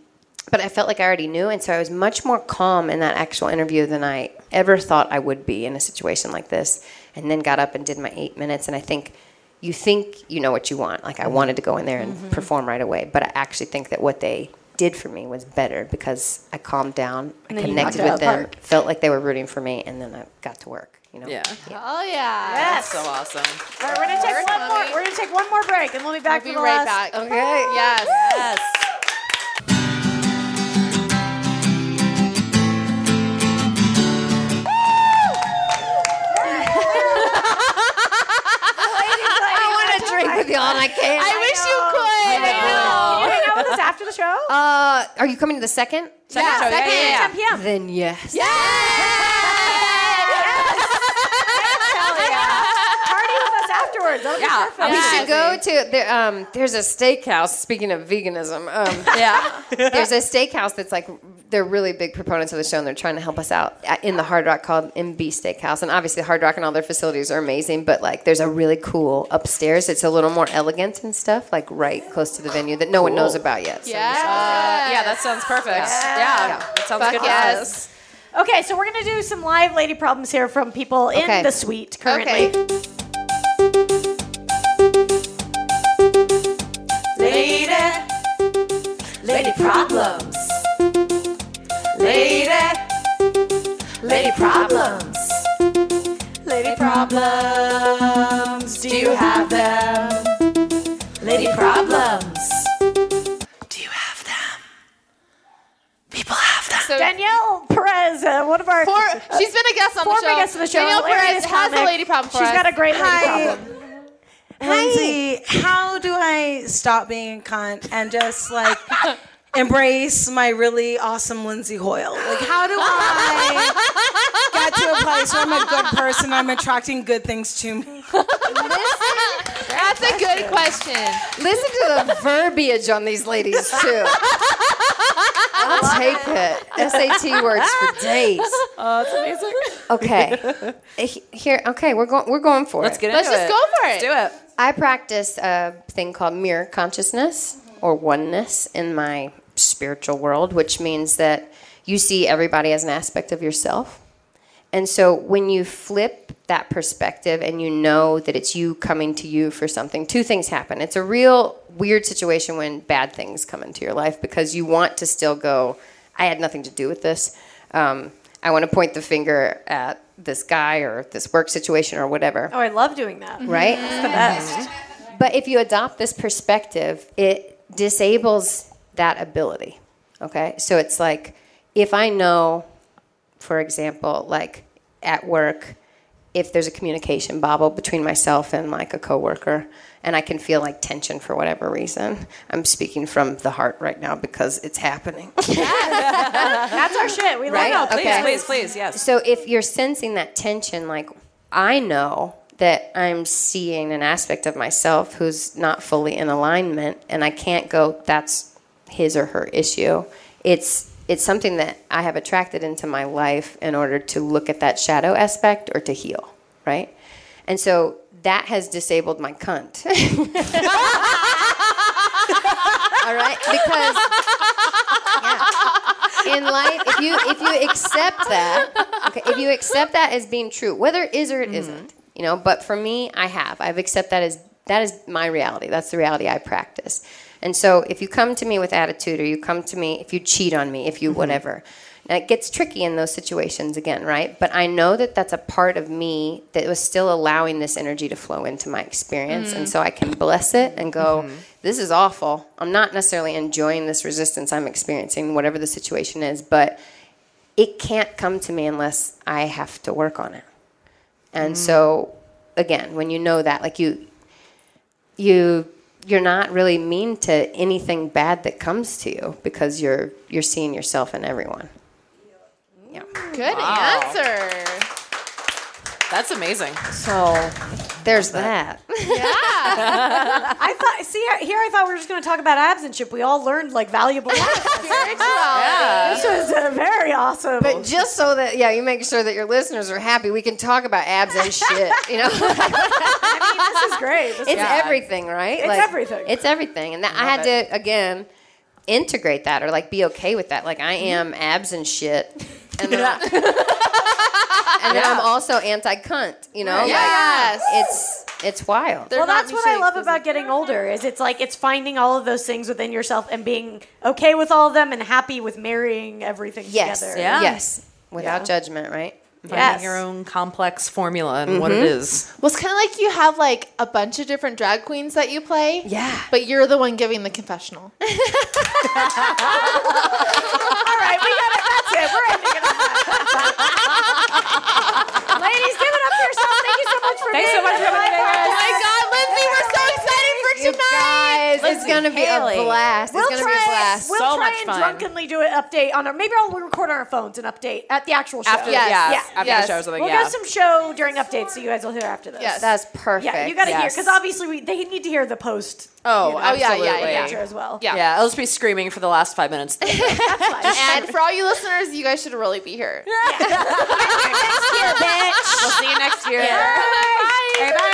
E: but I felt like I already knew, and so I was much more calm in that actual interview than I ever thought I would be in a situation like this. And then got up and did my eight minutes, and I think you think you know what you want. Like I
A: Mm-hmm.
E: wanted to go in there and perform right away, but I actually think that what they did for me was better because I calmed down, I
A: then you knocked
E: connected
A: it out
E: with
A: of the
E: them,
A: park.
E: felt like they were rooting for me, and then I got to work. You know.
B: Yeah.
C: Oh yeah.
B: That's so awesome.
A: All right, we're gonna take one more.
C: Mommy.
A: We're gonna take one more break, and we'll be back
C: We'll be
A: for the
C: right
A: last.
C: back.
E: Okay.
C: Yes.
B: Yes.
E: I want to drink with y'all, and I can't.
C: I wish you could. I know.
A: Can you hang out with us after the show?
E: Uh, are you coming to the second?
B: Second show, yeah, yeah, yeah.
A: 10 p.m.
E: Then yes.
C: Yeah.
A: Party with us afterwards. That'll be
B: Yeah.
A: perfect.
E: We
C: Yeah.
E: should go to there. Um, there's a steakhouse. Speaking of veganism, um,
B: Yeah.
E: there's a steakhouse that's like they're really big proponents of the show, and they're trying to help us out at- in the Hard Rock called MB Steakhouse. And obviously, Hard Rock and all their facilities are amazing, but like there's a really cool upstairs. It's a little more elegant and stuff, like right close to the venue that no one knows about yet. So
B: Uh, yeah, that sounds perfect. Yeah. That sounds
E: Fuck
B: good.
E: yes.
A: Okay, so we're gonna do some live lady problems here from people in
E: Okay.
A: the suite currently.
E: Okay.
B: Lady. Lady problems. Lady. Lady problems. Lady problems. Do you have them? Lady problems. Do you have them? People have them.
C: So
A: Danielle Perez, uh, one of our
C: four, she's been a guest on the
A: former
C: show.
A: guests of the show.
C: Danielle Perez
A: hilarious
C: has a
A: comic.
C: lady problem for
A: She's
C: us.
A: got a great lady
F: Hi.
A: problem.
F: Lindsay, how do I stop being a cunt and just like embrace my really awesome Lindsay Hoyle? Like, how do I get to a place where I'm a good person, I'm attracting good things to me?
C: That's a good question.
E: Listen to the verbiage on these ladies too. I'll take it. SAT words for days.
B: Oh, it's amazing.
E: Okay. He- Here. Okay. We're going. We're going for
B: Let's
E: it.
B: get
C: Let's
B: into
C: just
B: it.
C: go for
B: Let's
C: it.
B: do it.
E: I practice a thing called mirror consciousness or oneness in my spiritual world, which means that you see everybody as an aspect of yourself. And so when you flip that perspective and you know that it's you coming to you for something, two things happen. It's a real weird situation when bad things come into your life because you want to still go, I had nothing to do with this. Um, I want to point the finger at this guy or this work situation or whatever,
A: Oh, I love doing that.
E: right?
A: The best.
E: But if you adopt this perspective, it disables that ability. Okay? So it's like if I know, for example, like at work, if there's a communication bobble between myself and like a coworker and I can feel like tension for whatever reason, I'm speaking from the heart right now because it's happening.
A: That's our shit. We
E: Right?
A: love it.
B: Oh, Please,
E: Okay.
B: please, please. Yes.
E: So if you're sensing that tension, like I know that I'm seeing an aspect of myself who's not fully in alignment, and I can't go, that's his or her issue. It's it's something that I have attracted into my life in order to look at that shadow aspect or to heal, right? And so that has disabled my cunt. All right, because yeah. in life, if you if you accept that, okay, if you accept that as being true, whether it is or it not you know. But for me, I have. I've accepted that as that is my reality. That's the reality I practice. And so, if you come to me with attitude, or you come to me if you cheat on me, if you whatever, now it gets tricky in those situations again, right? But I know that that's a part of me that was still allowing this energy to flow into my experience. And so I can bless it and go, this is awful. I'm not necessarily enjoying this resistance I'm experiencing, whatever the situation is, but it can't come to me unless I have to work on it. And so again, when you know that, like you you you're not really mean to anything bad that comes to you because you're you're seeing yourself in everyone. Yeah.
C: Good answer.
B: That's amazing.
E: So there's that.
A: I thought. See, here I thought we were just going to talk about abs and shit. We all learned like valuable lessons. this was uh, very awesome.
E: But just so that yeah, you make sure that your listeners are happy, we can talk about abs and shit. You know.
A: this is great. This is-
E: it's everything, right? It's
A: everything.
E: It's everything, and that, I had to again integrate that or like be okay with that. Like I am abs and shit, and then, I- and then I'm also anti cunt. You know?
C: Yes.
E: Like, it's it's wild.
A: well,
C: not
A: that's what I love
C: misshapen,
A: about getting older is it's like it's finding all of those things within yourself and being okay with all of them and happy with marrying everything
E: yes,
A: together.
B: Yeah.
E: yes, without judgment, right?
A: Yes.
B: Finding your own complex formula and what it is.
C: Well, it's kind of like you have like a bunch of different drag queens that you play.
E: Yeah.
C: But you're the one giving the confessional.
A: All right, we got it. That's it. We're ending it. on that. Ladies, give it up for yourself. Thank you so much for
B: Thanks
A: being
B: so much for
A: with
B: having
A: us.
B: us.
C: Oh my God, Lindsay, we're so excited for
E: You guys, it's
B: Lindsay
E: gonna be
B: Haley.
E: a blast.
A: We'll
E: it's gonna
A: try,
E: be a blast.
A: We'll
B: So
A: try
B: much
A: and
B: fun.
A: drunkenly do an update on our. Maybe I'll record on our phones an update at the actual show.
B: After,
C: Yes.
B: yeah,
A: Yeah.
B: after
C: Yes.
B: the show or something.
A: We'll
B: yeah.
A: do some show during updates, so you guys will hear after this.
C: Yes.
E: That's perfect.
A: Yeah, you got to hear
B: Yes.
A: because obviously we they need to hear the post.
B: oh,
A: you know,
C: Oh, yeah,
B: absolutely.
A: the
C: yeah, yeah.
A: picture as well.
C: Yeah.
B: Yeah, I'll just be screaming for the last five minutes.
C: And for all you listeners, you guys should really be here.
B: we'll see you next year.
C: Bye.
B: bye.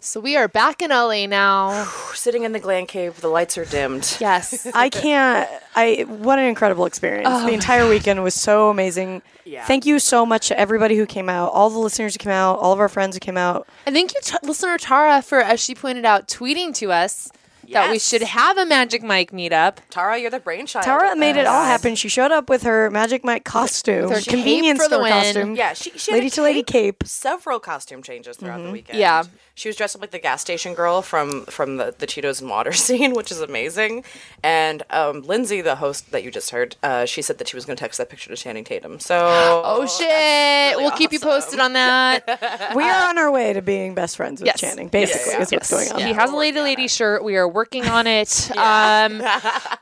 C: So we are back in LA now.
B: We're sitting in the Glen Cave. The lights are dimmed.
C: Yes.
F: I can't. I what an incredible experience. the entire weekend was so amazing.
B: Oh Yeah.
F: Thank you so much to everybody who came out, all the listeners who came out, all of our friends who came out.
C: And thank you, t- listener Tara, for, as she pointed out, tweeting to us that we
B: Yes.
C: should have a Magic Mike meetup.
B: Tara, you're the brainchild.
F: Tara
B: of
F: made it
B: this.
F: all happen. She showed up with her Magic Mike costume,
C: her
F: convenience
C: cape for the
F: store
C: win.
F: costume.
B: Yeah, she, she had
F: lady
B: a
F: to lady cape. Mm-hmm.
B: Several costume changes throughout the weekend.
C: Yeah.
B: she was dressed up like the gas station girl from from the, the Cheetos and water scene, which is amazing. And um, Lindsay, the host that you just heard, uh, she said that she was going to text that picture to Channing Tatum. So
C: Oh, shit. we'll keep you posted on that.
B: Uh,
F: We are on our way to being best friends with
C: yes.
F: Channing. Basically, is what's going on.
C: He has a lady lady shirt. We are working on it. um,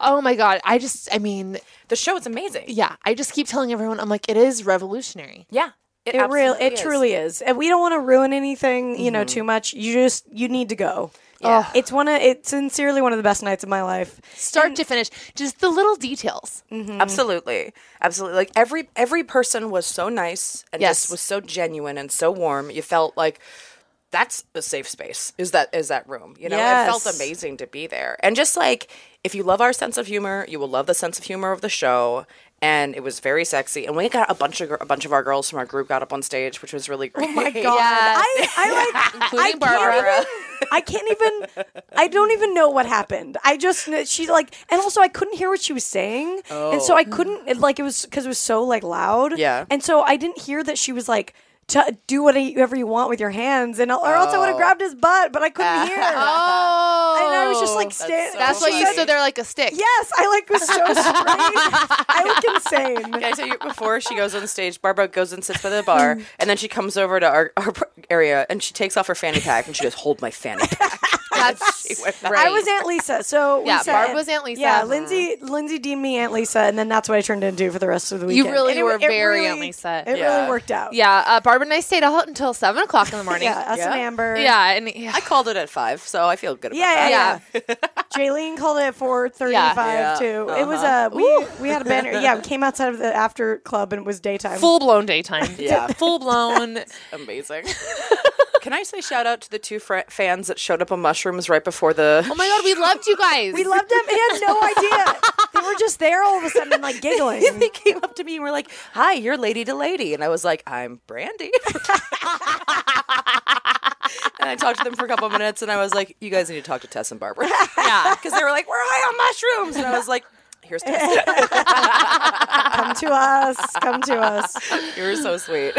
C: oh my god! I just, I mean,
B: the show is amazing.
C: yeah. I just keep telling everyone, I'm like, it is revolutionary.
B: yeah,
F: It real,
B: absolutely
F: it
B: is. Mm-hmm.
F: truly is, and we don't want to ruin anything, you know, too much. You just you need to go.
B: Yeah.
F: it's one of it's sincerely one of the best nights of my life.
C: Start to finish, just the little details.
F: Mm-hmm.
B: Absolutely, absolutely. Like every every person was so nice and
C: Yes.
B: just was so genuine and so warm. You felt like that's a safe space. Is that is that room? You know, it felt
F: Yes.
B: amazing to be there. And just like if you love our sense of humor, you will love the sense of humor of the show. And it was very sexy. And we got a bunch of gir- a bunch of our girls from our group got up on stage, which was really great.
F: Oh my god! I, I like
C: Including
F: I can't
C: Barbara.
F: even- I can't even. I don't even know what happened. I just kn- she like, and also I couldn't hear what she was saying, and so I
C: Oh.
F: couldn't it, like it was because it was so like loud.
B: Yeah.
F: and so I didn't hear that she was like. To do whatever you want with your hands, and or else I would have grabbed his butt, but I couldn't hear.
C: Oh,
F: and I was just like standing.
C: that's why you stood there like a stick.
F: Yes, I like was so straight. I look insane.
B: Can I tell you before she goes on stage, Barbara goes and sits by the bar, and then she comes over to our, our area and she takes off her fanny pack and she goes, "Hold my fanny pack."
C: That's right.
A: I was Aunt Lisa, so we
C: Yeah,
A: said-
C: Barb was Aunt Lisa.
A: Yeah,
C: Uh-huh.
A: Lindsay, Lindsay deemed me Aunt Lisa, and then that's what I turned into for the rest of the
C: You
A: weekend.
C: really
A: And it-
C: were
A: it
C: very
A: really-
C: Aunt Lisa.
A: It
B: Yeah.
A: really worked out.
C: yeah, uh, Barb and I stayed out until seven o'clock in the morning.
A: yeah, us and
B: Yeah.
A: Amber.
C: Yeah, and yeah.
B: I called it at five, so I feel good about
A: Yeah,
B: that.
A: yeah, yeah. Jaylene called it at four thirty-five
B: Yeah.
A: too. It was uh, we we had a banner. Yeah, we came outside of the after club and it was daytime.
C: full blown daytime. Oh
B: Yeah.
C: full blown.
B: Amazing. Can I say shout out to the two fr- fans that showed up on mushrooms right before the?
C: Oh my god, we loved you guys.
A: We loved them. They had no idea. they were just there all of a sudden, like giggling.
B: they came up to me and were like, "Hi, you're Lady to Lady," and I was like, "I'm Brandy." and I talked to them for a couple minutes, and I was like, "You guys need to talk to Tess and Barbara." yeah, because they were like, "We're high on mushrooms," and I was like, "Here's Tess.
A: Come to us. Come to us.
B: You're so sweet."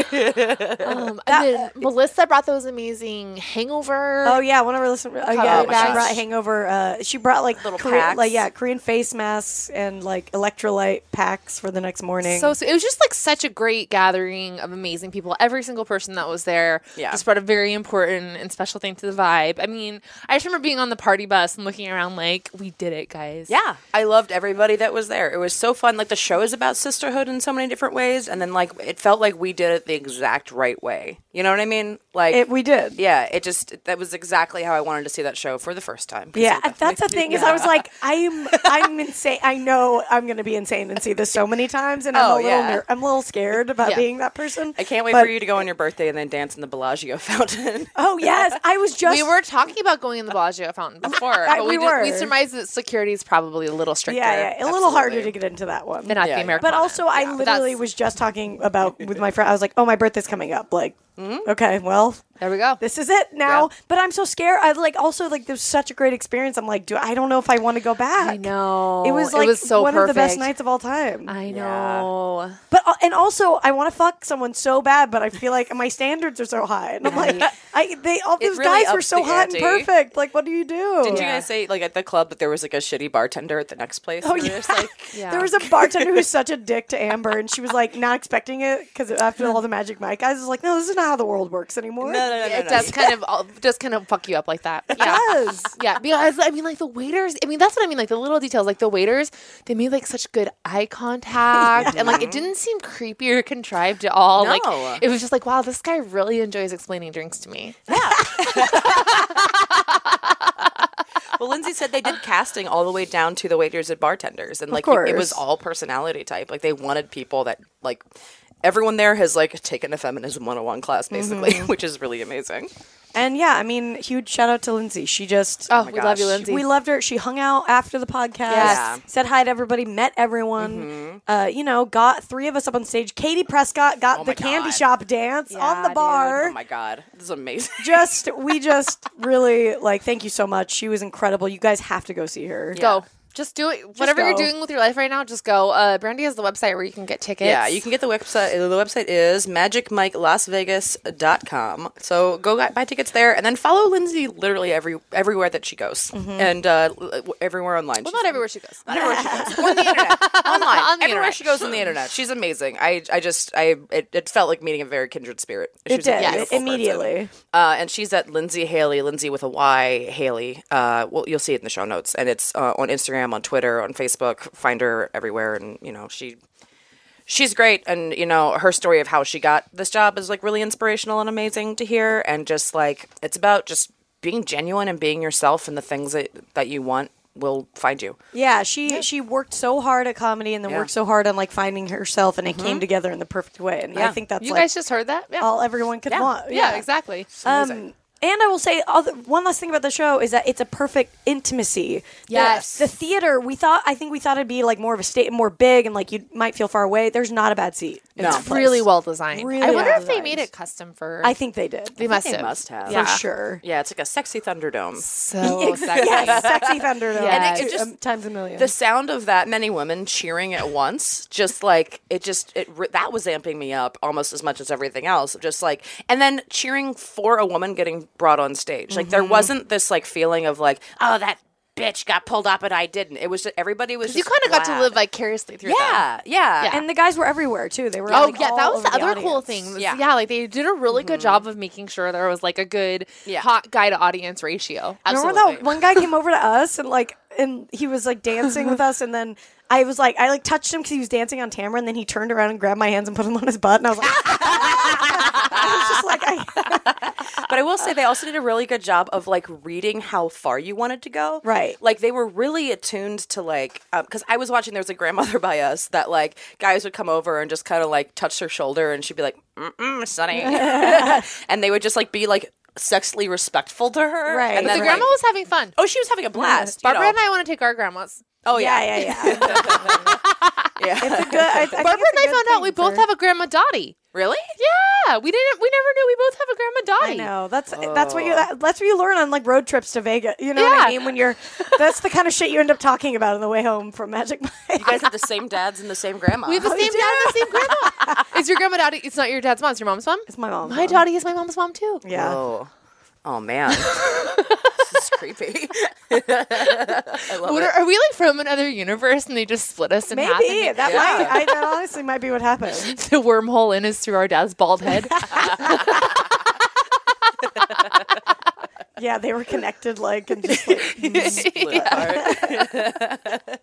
C: Um, and then Melissa brought those amazing hangover.
A: Oh yeah, one of our listeners. Oh, yeah,
C: Oh, my
A: she
C: gosh.
A: brought hangover. Uh, she brought like little
B: packs.
A: like yeah, Korean face masks and like electrolyte packs for the next morning.
C: So, so it was just like such a great gathering of amazing people. Every single person that was there
B: Yeah.
C: just brought a very important and special thing to the vibe. I mean, I just remember being on the party bus and looking around like, we did it, guys.
B: Yeah, I loved everybody that was there. It was so fun. Like the show is about sisterhood in so many different ways, and then like it felt like we did it the exact right way. You know what I mean? Like
A: it, we did.
B: Yeah, it just that was exactly how I wanted to see that show for the first time. 'Cause
A: Yeah,
B: it definitely-
A: that's the thing is I was like, I'm I'm insane. I know I'm going to be insane and see this so many times, and I'm
B: Oh,
A: a little
B: yeah.
A: ner- I'm a little scared about
C: Yeah.
A: being that person.
B: I can't wait
A: But-
B: for you to go on your birthday and then dance in the Bellagio fountain.
A: Oh yes, I was just
C: We were talking about going in the Bellagio fountain before, but
A: we
C: we, did-
A: were.
C: we surmised that security is probably a little stricter.
A: yeah, yeah, a little harder to
B: absolutely.
A: get into that one.
C: Than at
B: Yeah,
C: the
B: yeah.
C: American.
A: But also, I literally
C: that's-
A: was just talking about with my friend. I was like, "Oh, my birthday's coming up." Like, okay, well,
C: There we go.
A: this is it now.
B: Yeah.
A: But I'm so scared. I like also like there's such a great experience. I'm like, do I don't know if I want to go back.
C: I know.
A: It was like
C: so
A: one of the best
C: perfect.
A: nights of all time.
C: I
B: Yeah.
C: know.
A: But uh, and also, I want to fuck someone so bad, but I feel like my standards are so high, and I'm like, I they all those
B: really
A: guys were
B: ups
A: so
B: the
A: hot and
B: ante.
A: perfect. Like, what do you do?
B: Did you guys say like at the club that there was like a shitty bartender at the next place?
A: Oh,
B: You were
A: yeah.
B: just like,
C: Yeah.
A: There was a bartender who's such a dick to Amber, and she was like not expecting it because after all the Magic Mike guys, I was like, no, this is not how the world works anymore.
B: no, no, no, no,
C: it
B: no.
C: does kind of all- does kind of fuck you up like that. Yeah.
A: does.
C: Yeah, because I mean, like the waiters. I mean, that's what I mean. Like the little details, like the waiters, they made like such good eye contact, and like it didn't seem creepy or contrived at all.
B: No.
C: Like it was just like, wow, this guy really enjoys explaining drinks to me.
B: Well, Lindsay said they did casting all the way down to the waiters and bartenders, and like you- it was
A: course.
B: all personality type. Like they wanted people that like everyone there has like taken a feminism 101 class basically,
C: Mm-hmm.
B: which is really amazing.
A: And yeah, I mean, huge shout out to Lindsay. She just
C: Oh,
B: my
C: we love you,
B: gosh.
C: Lindsay.
A: We loved her. She hung out after the podcast.
B: Yes.
A: Said hi to everybody, met everyone.
C: Mm-hmm.
A: Uh, you know, got three of us up on stage. Katie Prescott
C: Oh
A: got the
B: my
A: candy
B: God.
A: shop dance on the bar.
B: Oh my god, this is amazing.
A: just we just really like thank you so much. She was incredible. You guys have to go see her.
C: Go. Just do it. Whatever
A: go.
C: you're doing with your life right now, just go. Uh, Brandy has the website where you can get tickets.
B: Yeah, you can get the website. The website is magicmikelasvegas.com. So go get- buy tickets there, and then follow Lindsay literally every everywhere that she goes, and uh, l- w- everywhere online.
C: Mm-hmm. Well, not everywhere she goes.
B: Not everywhere she goes. on the internet, online,
C: On the
B: everywhere
C: internet.
B: she goes on the internet. She's amazing. I, I just, I, it, it felt like meeting a very kindred spirit.
A: It
B: She's a
A: did
C: Yes.
B: beautiful person.
A: immediately.
B: Uh, and she's at Lindsay Haley, Lindsay with a Y, Haley. Uh, well, you'll see it in the show notes, and it's uh, on Instagram, on Twitter, on Facebook. Find her everywhere, and you know she, she's great. And you know her story of how she got this job is like really inspirational and amazing to hear. And just like it's about just being genuine and being yourself, and the things that that you want will find you.
A: Yeah, she she worked so hard at comedy and then
B: Yeah.
A: worked so hard on like finding herself, and it came together in the perfect way. And I
B: Yeah.
A: think that's
C: Mm-hmm. You
A: like
C: guys just heard that? Yeah.
A: all everyone could want.
C: yeah, exactly. Uh,
A: Um, and I will say other, one last thing about the show is that it's a perfect intimacy. The-
C: Yes.
A: the, theater we thought I think we thought it'd be like more of a state, more big, and like you might feel far away. There's not a bad seat. in
B: No.
A: that place.
C: really well designed.
A: Really
C: I wonder
A: well
C: if they
A: designed.
C: made it custom for.
A: I think they did.
C: they must
B: They
C: have.
B: must have.
A: for
C: Yeah.
A: sure.
B: Yeah, it's like a sexy Thunderdome.
C: So sexy.
A: Yes, sexy Thunderdome.
C: Yes.
A: Two-
B: It just-
A: um, times a million.
B: The sound of that many women cheering at once, just like it just it re- that was amping me up almost as much as everything else. Just like and then
C: Mm-hmm.
B: cheering for a woman getting brought on stage, like there wasn't this like feeling of like oh that bitch got pulled up and I didn't. It was just, everybody was.
C: You
B: kind of
C: got to live vicariously through them.
B: Yeah, yeah,
C: Yeah.
A: And the guys were everywhere too. They were.
C: Oh
A: like,
C: yeah, that
A: all
C: was
A: over
C: the other cool
A: audience.
C: thing. was-
B: Yeah.
C: yeah. like they did a really good job of making sure there was like a good
B: Yeah.
C: hot guy to audience ratio.
A: Remember that one guy came over to us and like, and he was like dancing with us, and then I was like, I like touched him because he was dancing on Tamara, and then he turned around and grabbed my hands and put them on his butt, and I was like, I was just like, I,
B: But I will say they also did a really good job of like reading how far you wanted to go.
A: Right.
B: Like they were really attuned to like because I was watching. There was a grandmother by us that like guys would come over and just kind of like touch her shoulder and she'd be like, Mm-mm, "Sonny," and they would just like be like sexually respectful to her.
A: Right.
B: And
A: But
C: The
B: then,
C: grandma
B: like-
C: was having fun.
B: Oh, she was having a blast.
C: Barbara
B: you
C: and
B: know.
C: I want to take our grandmas.
B: Oh yeah,
A: yeah, yeah, yeah.
B: yeah.
A: Good- I- I think
C: Barbara
A: it's a
C: and I
A: good
C: found out
A: thing
C: we both
A: for-
C: have a grandma Dottie.
B: really?
C: Yeah, we didn't. We never knew we both have a grandma
A: I
C: Dottie.
A: know that's that's what you that's what you learn on like road trips to Vegas. You know what I
C: Yeah.
A: mean? When you're that's the kind of shit you end up talking about on the way home from Magic Mike.
B: You guys have the same dads and the same grandma.
C: We have the same dad and the same grandma. is your grandma Dottie? It's not your dad's mom. It's your mom's mom.
A: It's my mom.
C: My Dottie is my mom's mom too.
A: Yeah.
B: Oh, oh man, this is creepy. I love
C: What
B: it.
C: are, are we like from another universe and they just split us in half? and
A: Maybe
C: made-
A: that
B: Yeah.
A: might I, that honestly might be what happened.
C: the wormhole in is through our dad's bald head.
A: Yeah, they were connected like and just like,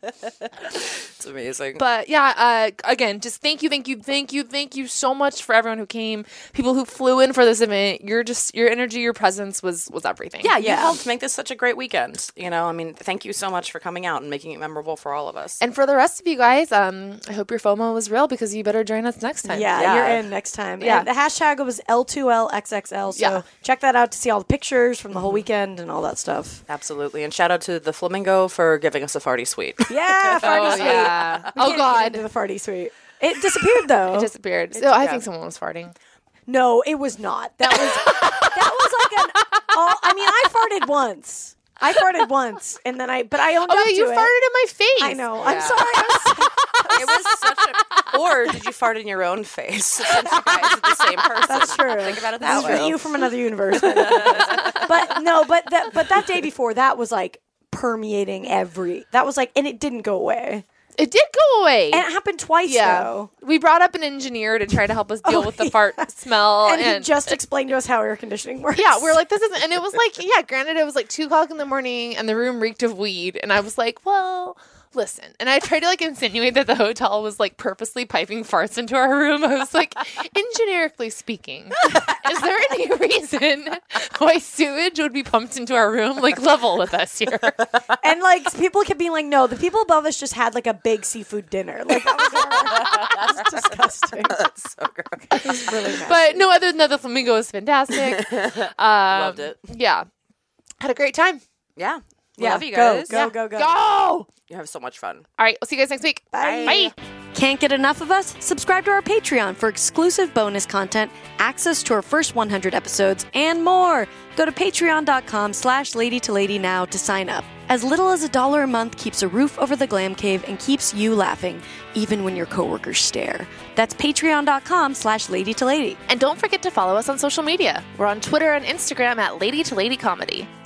B: it's amazing.
C: But yeah, uh, again, just thank you, thank you, thank you, thank you so much for everyone who came, people who flew in for this event. Your just your energy, your presence was was everything.
B: yeah, you helped make this such a great weekend. You know, I mean, thank you so much for coming out and making it memorable for all of us.
C: And for the rest of you guys, um, I hope your FOMO was real because you better join us next time.
A: yeah,
B: Yeah.
A: you're in next time.
C: Yeah.
A: And the hashtag was L2LXXL. So
C: Yeah. Mm-hmm.
A: check that out to see all the pictures from the whole weekend and all that stuff.
B: Absolutely. And shout out to the Flamingo for giving us a farty suite.
A: Yeah, farty
C: Oh
A: suite.
C: yeah.
A: Can't
C: oh
A: get into
C: God.
A: the farty suite. It disappeared though.
C: It disappeared. So I think someone was farting.
A: No, it was not. That was that was like an. All, I mean, I farted once. I farted once, and then I. But I owned
C: Oh
A: up
C: yeah, you
A: to
C: farted
A: it.
C: in my face.
A: I know. I'm sorry. I'm so-
B: it was such a. Or did you fart in your own face? Since you guys are the same person.
A: that's true.
B: Think about it
A: This
B: that
A: is
B: way.
A: you from another universe. but no, but that but that day before that was like permeating every. That was like, and it didn't go away.
C: It did go away.
A: And it happened twice
C: yeah.
A: though.
C: We brought up an engineer to try to help us deal with the fart smell.
A: Oh, And, he just explained to us how air conditioning works.
C: Yeah, we're like, this isn't. And it was like, yeah, granted, it was like two o'clock in the morning and the room reeked of weed. And I was like, well, listen. And I tried to like insinuate that the hotel was like purposely piping farts into our room. I was like, engineerically speaking, is there any reason why sewage would be pumped into our room? Like, level with us here.
A: and like people kept being like, no, the people above us just had like a big seafood dinner. Like that was, our, It's disgusting.
B: That's so gross.
A: It's really nasty.
C: But no, other than that, the flamingo is fantastic.
B: Loved it.
C: Yeah. Had a great time.
B: Yeah. We
A: yeah,
B: love you guys.
A: Go,
B: Yeah.
A: go, go,
C: Go! All
B: You have so much fun.
C: right, we'll see you guys next week.
A: Bye.
C: Bye.
G: Can't get enough of us? Subscribe to our Patreon for exclusive bonus content, access to our first 100 episodes, and more. Go to patreon.com slash lady to lady now to sign up. As little as a dollar a month keeps a roof over the glam cave and keeps you laughing, even when your coworkers stare. That's patreon.com slash lady to lady.
C: And don't forget to follow us on social media. We're on Twitter and Instagram at Lady to Lady Comedy.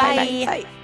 C: Bye.
G: Bye.
A: Bye.